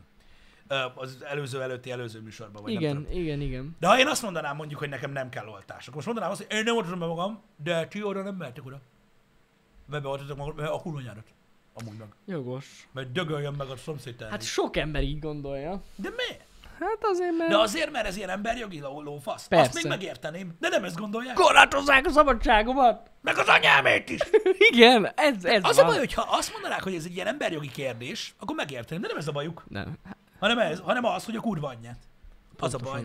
Ö, Az előző előtti előző műsorban, vagy nem
Igen,
tudom.
igen, igen.
De ha én azt mondanám mondjuk, hogy nekem nem kell oltás, akkor most mondanám azt, hogy én nem oltatom be magam, de ti oda nem mehetek oda. Mert beoltatok magam, mert a kurvanyárat. Amúgy meg.
Jogos.
Mert dögöljön meg a szomszéd
Hát
termék.
sok ember így gondolja.
De miért?
Hát azért, mert...
De azért, mert ez ilyen emberjogi ló- lófasz. Persze.
Persze.
Azt még megérteném, de nem ezt gondolják.
korlátozzák a szabadságomat!
Meg az anyámét is!
Igen, ez, ez
Az a
van.
baj, hogyha azt mondanák, hogy ez egy ilyen emberjogi kérdés, akkor megérteném, de nem ez a bajuk,
Nem,
hanem, ez, hanem az, hogy a kurva anyját. Az a baj.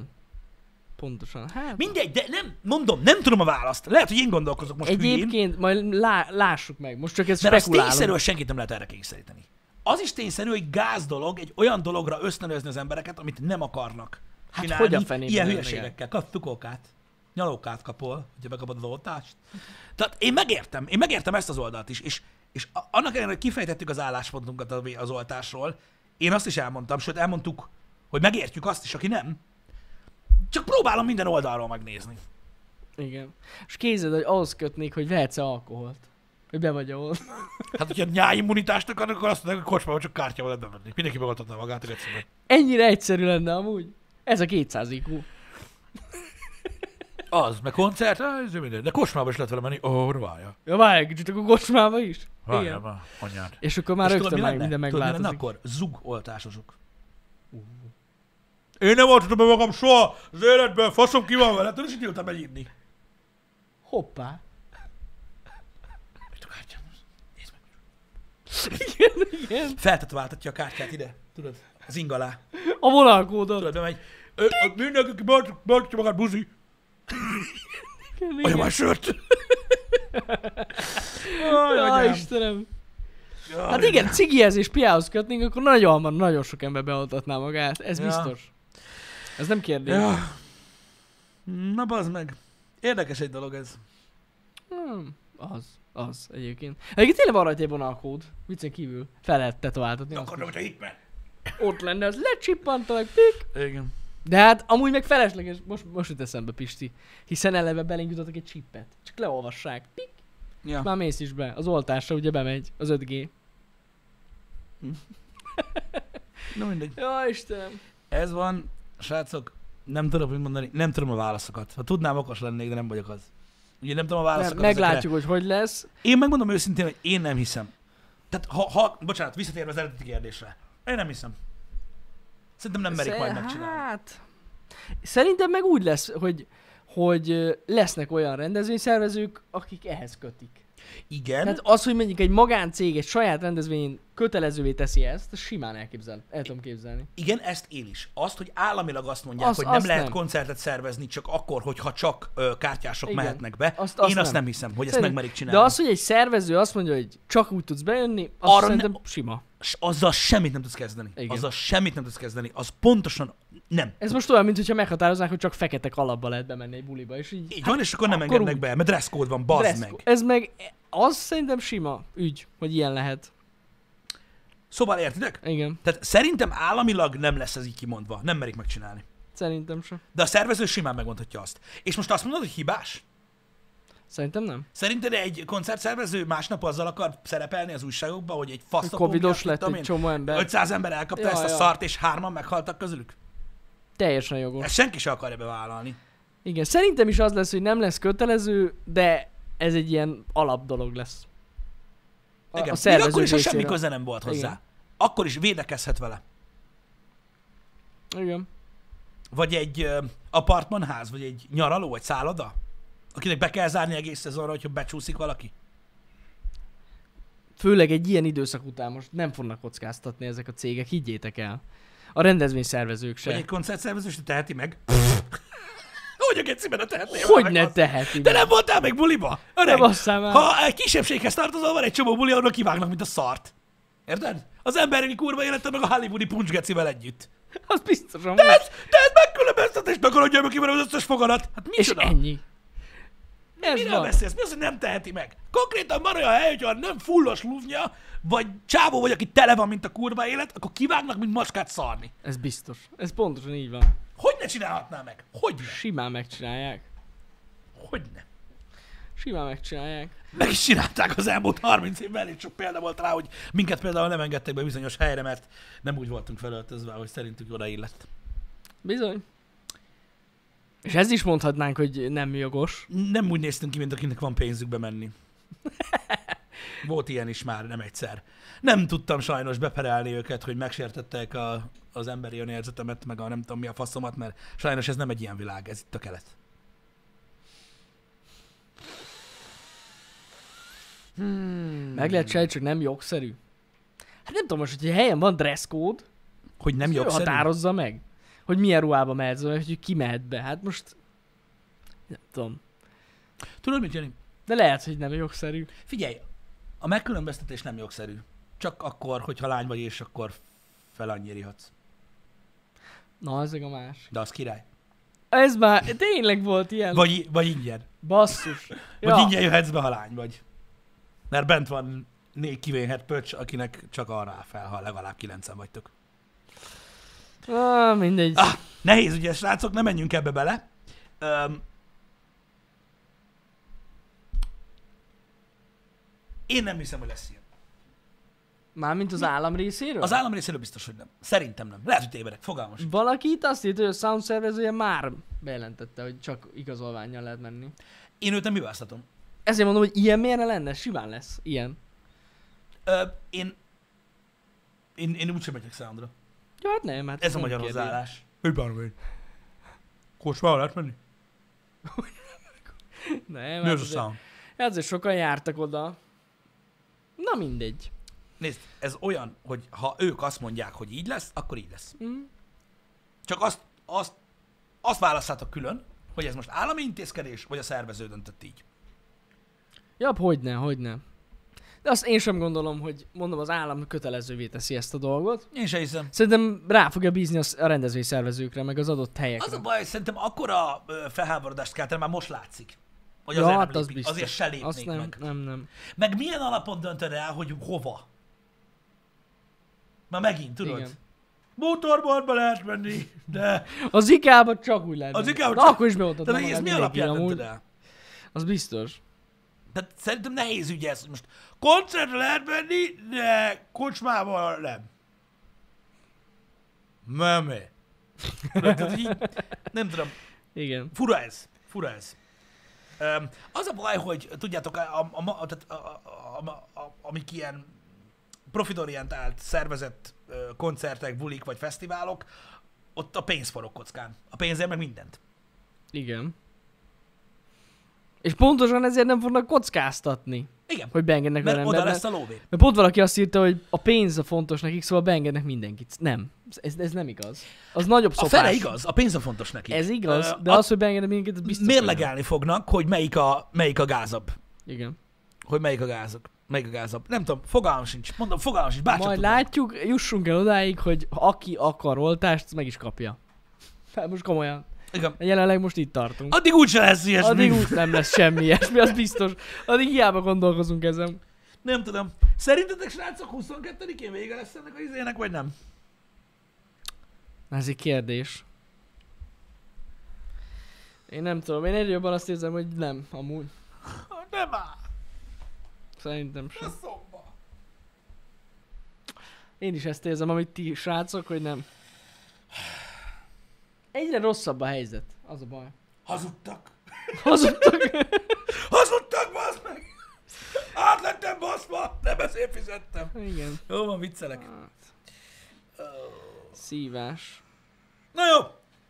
Pontosan. Hát,
Mindegy, de nem, mondom, nem tudom a választ. Lehet, hogy én gondolkozok most hülyén,
egyébként majd lá, lássuk meg, most csak ez
mert az
spekulálunk.
tényszerű, hogy senkit nem lehet erre kényszeríteni. Az is tényszerű, hogy gáz dolog egy olyan dologra ösztönözni az embereket, amit nem akarnak
Hát
csinálni,
hogy a fenében
ilyen
nem,
hülyeségekkel. Kap cukókát, nyalókát kapol, hogyha bekapod az oltást. Tehát én megértem, én megértem ezt az oldalt is, és, és a- annak ellenére, hogy kifejtettük az álláspontunkat a- az oltásról, én azt is elmondtam, sőt elmondtuk, hogy megértjük azt is, aki nem. Csak próbálom minden oldalról megnézni.
Igen. És kézed, hogy ahhoz kötnék, hogy vehetsz-e alkoholt. Hogy be vagy ahol.
Hát, hogyha nyáimmunitást akarnak, akkor azt mondják, hogy kocsmában csak kártyával lehet bemenni. Mindenki beoltatna magát, hogy egyszerűen.
Ennyire egyszerű lenne amúgy. Ez a 200 IQ.
Az, meg koncert, ez minden. De kocsmába is lehet vele menni. Ó, oh, várja.
Ja, várj egy kicsit, akkor kocsmába is.
Várja, már, anyád.
És akkor már
És tudod,
rögtön
mi
már
lenne?
minden
Tudod, mi lenne
megváltozik.
akkor? Zug oltásosok. Én nem oltottam be magam soha az életben, faszom ki van vele, tudod, és így ültem elírni.
Hoppá.
Mit a kártyám? Nézd meg.
Igen, igen.
Feltetováltatja a kártyát ide, tudod, az ing alá.
A vonalkódot.
Tudod, bemegy. Ö, ö, Mindenki ki beoltott- beoltatja magát, buzi.
Igen,
Olyan
igen.
már sört.
Ja,
anyám.
Istenem. Hát igen, cigihez és piához kötnénk, akkor nagyon hamar nagyon sok ember beoltatná magát. Ez
Ja.
ja. biztos. Ez nem kérdés. Ja.
Ja. Na bazd meg. Érdekes egy dolog ez.
Hmm, az, az egyébként. Egyébként tényleg van rajta egy vonalkód, viccen kívül. Fel lehet tetováltatni. azt
Gondolom, hogy itt meg.
is. Ott lenne, az lecsippantal, meg pik.
Igen.
De hát amúgy meg felesleges, most, most jut eszembe Pisti, hiszen eleve belénk jutottak egy csippet. Csak leolvassák, pik,
Ja.
már mész is be. Az oltásra ugye bemegy, az 5G.
Na mindegy.
Ja, Istenem.
Ez van, srácok, nem tudom, mit mondani, nem tudom a válaszokat. Ha tudnám, okos lennék, de nem vagyok az. Ugye nem tudom a
Nem,
válaszokat.
meglátjuk, hogy hogy lesz.
ezekre. Én megmondom őszintén, hogy én nem hiszem. Tehát ha, ha bocsánat, visszatérve az eredeti kérdésre. Én nem hiszem. Szerintem nem merik
Szer-
majd megcsinálni.
Hát... Szerintem meg úgy lesz, hogy, hogy ö, lesznek olyan rendezvényszervezők, akik ehhez kötik.
Igen.
Tehát az, hogy mondjuk egy magáncég egy saját rendezvényén kötelezővé teszi ezt, azt simán elképzel, el tudom képzelni.
Igen, ezt én is. Azt, hogy államilag azt mondják,
Azt-
hogy nem
azt
lehet
nem.
koncertet szervezni csak akkor, hogyha csak ö, kártyások
Igen.
mehetnek be,
Azt-
én
azt
azt nem,
nem.
hiszem, hogy ezt
Szerint-
megmerik csinálni.
De az, hogy egy szervező azt mondja, hogy csak úgy tudsz bejönni, azt
Arra
Arra
ne-
szerintem sima.
S azzal semmit nem tudsz kezdeni. Igen.
Igen.
Azzal semmit nem tudsz kezdeni. Az pontosan nem.
Ez most olyan, mintha meghatároznák, hogy csak fekete kalapba lehet bemenni egy buliba, és így...
Így van, és akkor nem
Hát akkor
engednek
úgy.
be, mert dress code van, bazd
dress-
meg.
Ez meg... Az szerintem sima ügy, hogy ilyen lehet.
Szóval értitek?
Igen,
Tehát szerintem államilag nem lesz ez így kimondva. Nem merik megcsinálni.
szerintem sem.
De a szervező simán megmondhatja azt. És most azt mondod, hogy hibás?
Szerintem nem.
Szerinted egy koncertszervező másnap azzal akar szerepelni az újságokban, hogy egy fasz
Covidos lett egy csomó ember.
500 ember elkapta
Ja,
ezt a
ja.
szart, és hárman meghaltak közülük?
Teljesen jogos.
Ezt senki sem akarja bevállalni.
Igen, szerintem is az lesz, hogy nem lesz kötelező, de ez egy ilyen alap dolog lesz. A,
Igen.
a
Még
szervező
akkor is, ha semmi
részéről.
köze nem volt hozzá. Igen.
Igen.
Akkor is védekezhet vele.
Igen.
Vagy egy ö, apartmanház, vagy egy nyaraló, egy szálloda, akinek be kell zárni egész szezonra, hogyha becsúszik valaki.
Főleg egy ilyen időszak után most nem fognak kockáztatni ezek a cégek, higgyétek el. A rendezvényszervezők
Vagy
se.
egy koncertszervező, és teheti meg. Hogy a geciben tehetné?
Hogy
meg
ne
azt?
teheti
De
meg?
nem voltál még buliba? Öreg,
Ne basszál már.
ha egy kisebbséghez tartozol, van egy csomó buli, ahol kivágnak, mint a szart. Érted? Az emberi kurva élete meg a hollywoodi puncsgecivel együtt.
Az biztosan
De
van.
ez, de ez megkülönböztetés, megkarodja meg ki velem az összes foganat. Hát
És
micsoda?
ennyi. Ez
Miről
van.
beszélsz? Mi az, hogy nem teheti meg? Konkrétan van olyan hely, hogyha nem fullos luvnya, vagy csávó vagy, aki tele van, mint a kurva élet, akkor kivágnak, mint macskát szarni.
Ez biztos. Ez pontosan így van.
Hogy ne csinálhatná meg? Hogy ne?
Simán megcsinálják.
Hogy ne?
Simán megcsinálják.
Meg is csinálták az elmúlt 30 évben, elég sok példa volt rá, hogy minket például nem engedtek be bizonyos helyre, mert nem úgy voltunk felöltözve, hogy szerintük oda illett.
Bizony. És ez is mondhatnánk, hogy nem jogos.
Nem úgy néztünk ki, mint akinek van pénzükbe menni. Volt ilyen is már, nem egyszer. Nem tudtam sajnos beperelni őket, hogy megsértettek a, az emberi önérzetemet, meg a nem tudom mi a faszomat, mert sajnos ez nem egy ilyen világ, ez itt a kelet. Hmm.
Meg lehet csinálni, csak nem jogszerű. Hát nem tudom most, hogy egy helyen van dresscode,
Hogy nem
nem
jobb
határozza meg, hogy milyen ruhába mehetsz, vagy hogy ki mehet be. Hát most nem tudom.
Tudod mit, Jani?
De lehet, hogy nem jogszerű.
Figyelj, a megkülönböztetés nem jogszerű. Csak akkor, hogyha lány vagy, és akkor felanyírhatsz.
Na, ez meg a más.
De az király.
Ez már tényleg volt ilyen. Vagy...
Vagy, vagy ingyen.
Basszus.
Vagy ja. ingyen jöhetsz be, ha lány vagy. Mert bent van négy kivéhet pöcs, akinek csak arra áll fel, ha legalább kilencen vagytok.
Ah, mindegy.
Ah, nehéz ugye, srácok, ne menjünk ebbe bele. Öm, én nem hiszem, hogy lesz ilyen.
Mármint az állam részéről?
Az állam részéről biztos, hogy nem. Szerintem nem. Lehet, hogy tévedek. Fogalmas.
Valaki itt azt írt, hogy a sound szervezője már bejelentette, hogy csak igazolványjal lehet menni.
Én őt nem hibáztatom.
Ezért mondom, hogy ilyen miért ne lenne? Simán lesz ilyen.
Ö, én, én, én úgysem megyek számodra.
Ja, hát nem, hát
Ez a
nem
magyar
kérdés.
hozzáállás. Hogy bánom én? Kocsmába lehet menni?
Nem, hát
Mi az a
azért-
szám?
Hát azért sokan jártak oda. Na mindegy.
Nézd, ez olyan, hogy ha ők azt mondják, hogy így lesz, akkor így lesz.
Mm.
Csak azt, azt, azt választhatok külön, hogy ez most állami intézkedés, vagy a szervező döntött így.
Jobb, hogyne, hogyne. De azt én sem gondolom, hogy mondom, az állam kötelezővé teszi ezt a dolgot.
Én se hiszem.
Szerintem rá fogja bízni az- a rendezvényszervezőkre, meg az adott helyekre.
Az a baj, hogy szerintem akkora ö, felháborodást keltem, már most látszik. Hogy
ja,
azért,
hát
nem
az
lépik,
biztos.
azért se lépnék
Azt nem,
meg.
nem, nem.
Meg milyen alapon döntöd el, hogy hova? Már megint, tudod? Igen.
Igen.
Motorboltba lehet menni, de...
Az IKEA-ba csak úgy lehet.
Az
menni.
IKEA-ba
Na,
csak-
akkor is bemutatod
De ez mi alapján döntöd el?
Az biztos.
De szerintem nehéz ügy ez, hogy most koncertre lehet menni, de kocsmával nem. Mami. Tehát így, nem tudom,
Igen.
fura ez, fura ez. Öm, az a baj, hogy tudjátok, a, a, a, ma- tehát a, a, a, a, a, amik ilyen profitorientált, szervezett ö, koncertek, bulik vagy fesztiválok, ott a pénz forog kockán. A pénzért meg mindent.
Igen. És pontosan ezért nem fognak kockáztatni,
Igen,
hogy beengednek
mert
olyan
oda
embert.
lesz a lóvé.
Mert pont valaki azt írta, hogy a pénz a fontos nekik, szóval beengednek mindenkit. Nem. Ez, ez nem igaz. Az nagyobb
A
szopás.
fele igaz, a pénz a fontos neki.
Ez igaz,
Ö,
de
a-
az, hogy beengednek mindenkit, az biztos. hogy nem.
Mérlegelni fognak, hogy melyik a, melyik a gázabb.
Igen.
Hogy melyik a gázok. Melyik a gázabb. Nem tudom, fogalmam sincs. Mondom, fogalmam sincs. Bárcsak
Majd
tudom.
látjuk, jussunk el odáig, hogy aki akar oltást, az meg is kapja. Hát most komolyan.
Igen.
Jelenleg most itt tartunk.
Addig úgyse lesz ilyesmi.
Addig úgy nem lesz semmi ilyesmi, az biztos. Addig hiába gondolkozunk ezen.
Nem tudom. Szerintetek, srácok, 22-én vége lesz ennek a izének, vagy nem?
Ez egy kérdés. Én nem tudom, én egyre jobban azt érzem, hogy nem, amúgy.
Nem áll.
Szerintem sem.
Faszomba.
Én is ezt érzem, amit ti srácok, hogy nem. Egyre rosszabb a helyzet, az a baj.
Hazudtak.
Hazudtak.
Hazudtak, bazd meg! Át lettem baszva, nem ezért fizettem.
Igen.
Jó van, viccelek.
Hát. Szívás.
Na jó,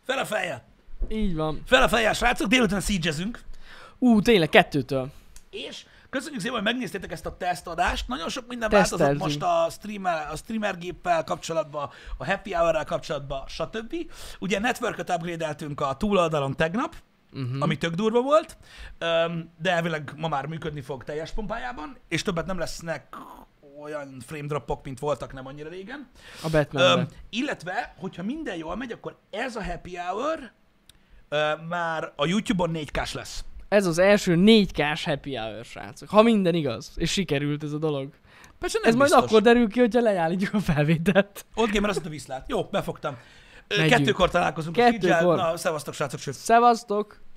fel a fejjel.
Így van.
Fel a fejjel, srácok, délután szígyezünk.
Ú, tényleg kettőtől.
És köszönjük szépen, hogy megnéztétek ezt a tesztadást. Nagyon sok minden változott
Tesztelzünk.
most a, streamer, a streamergéppel kapcsolatban, a happy hour kapcsolatban, stb. Ugye networköt upgrade-eltünk a túloldalon tegnap, uh-huh. ami tök durva volt, öm, de elvileg ma már működni fog teljes pompájában, és többet nem lesznek olyan frame dropok, mint voltak nem annyira régen.
A
Öm,
Batmanben.
illetve, hogyha minden jól megy, akkor ez a happy hour ö, már a YouTube-on 4K-s lesz.
Ez az első 4K-s happy hour, srácok. Ha minden igaz, és sikerült ez a dolog.
Persze
Ez majd akkor derül ki, hogyha leállítjuk a felvételt.
Ott Gamer azt mondta viszlát. Jó, befogtam. Ö,
Megyünk.
Kettőkor találkozunk.
Kettőkor.
Kettőkor. Na, szevasztok srácok, sőt.
Szevasztok!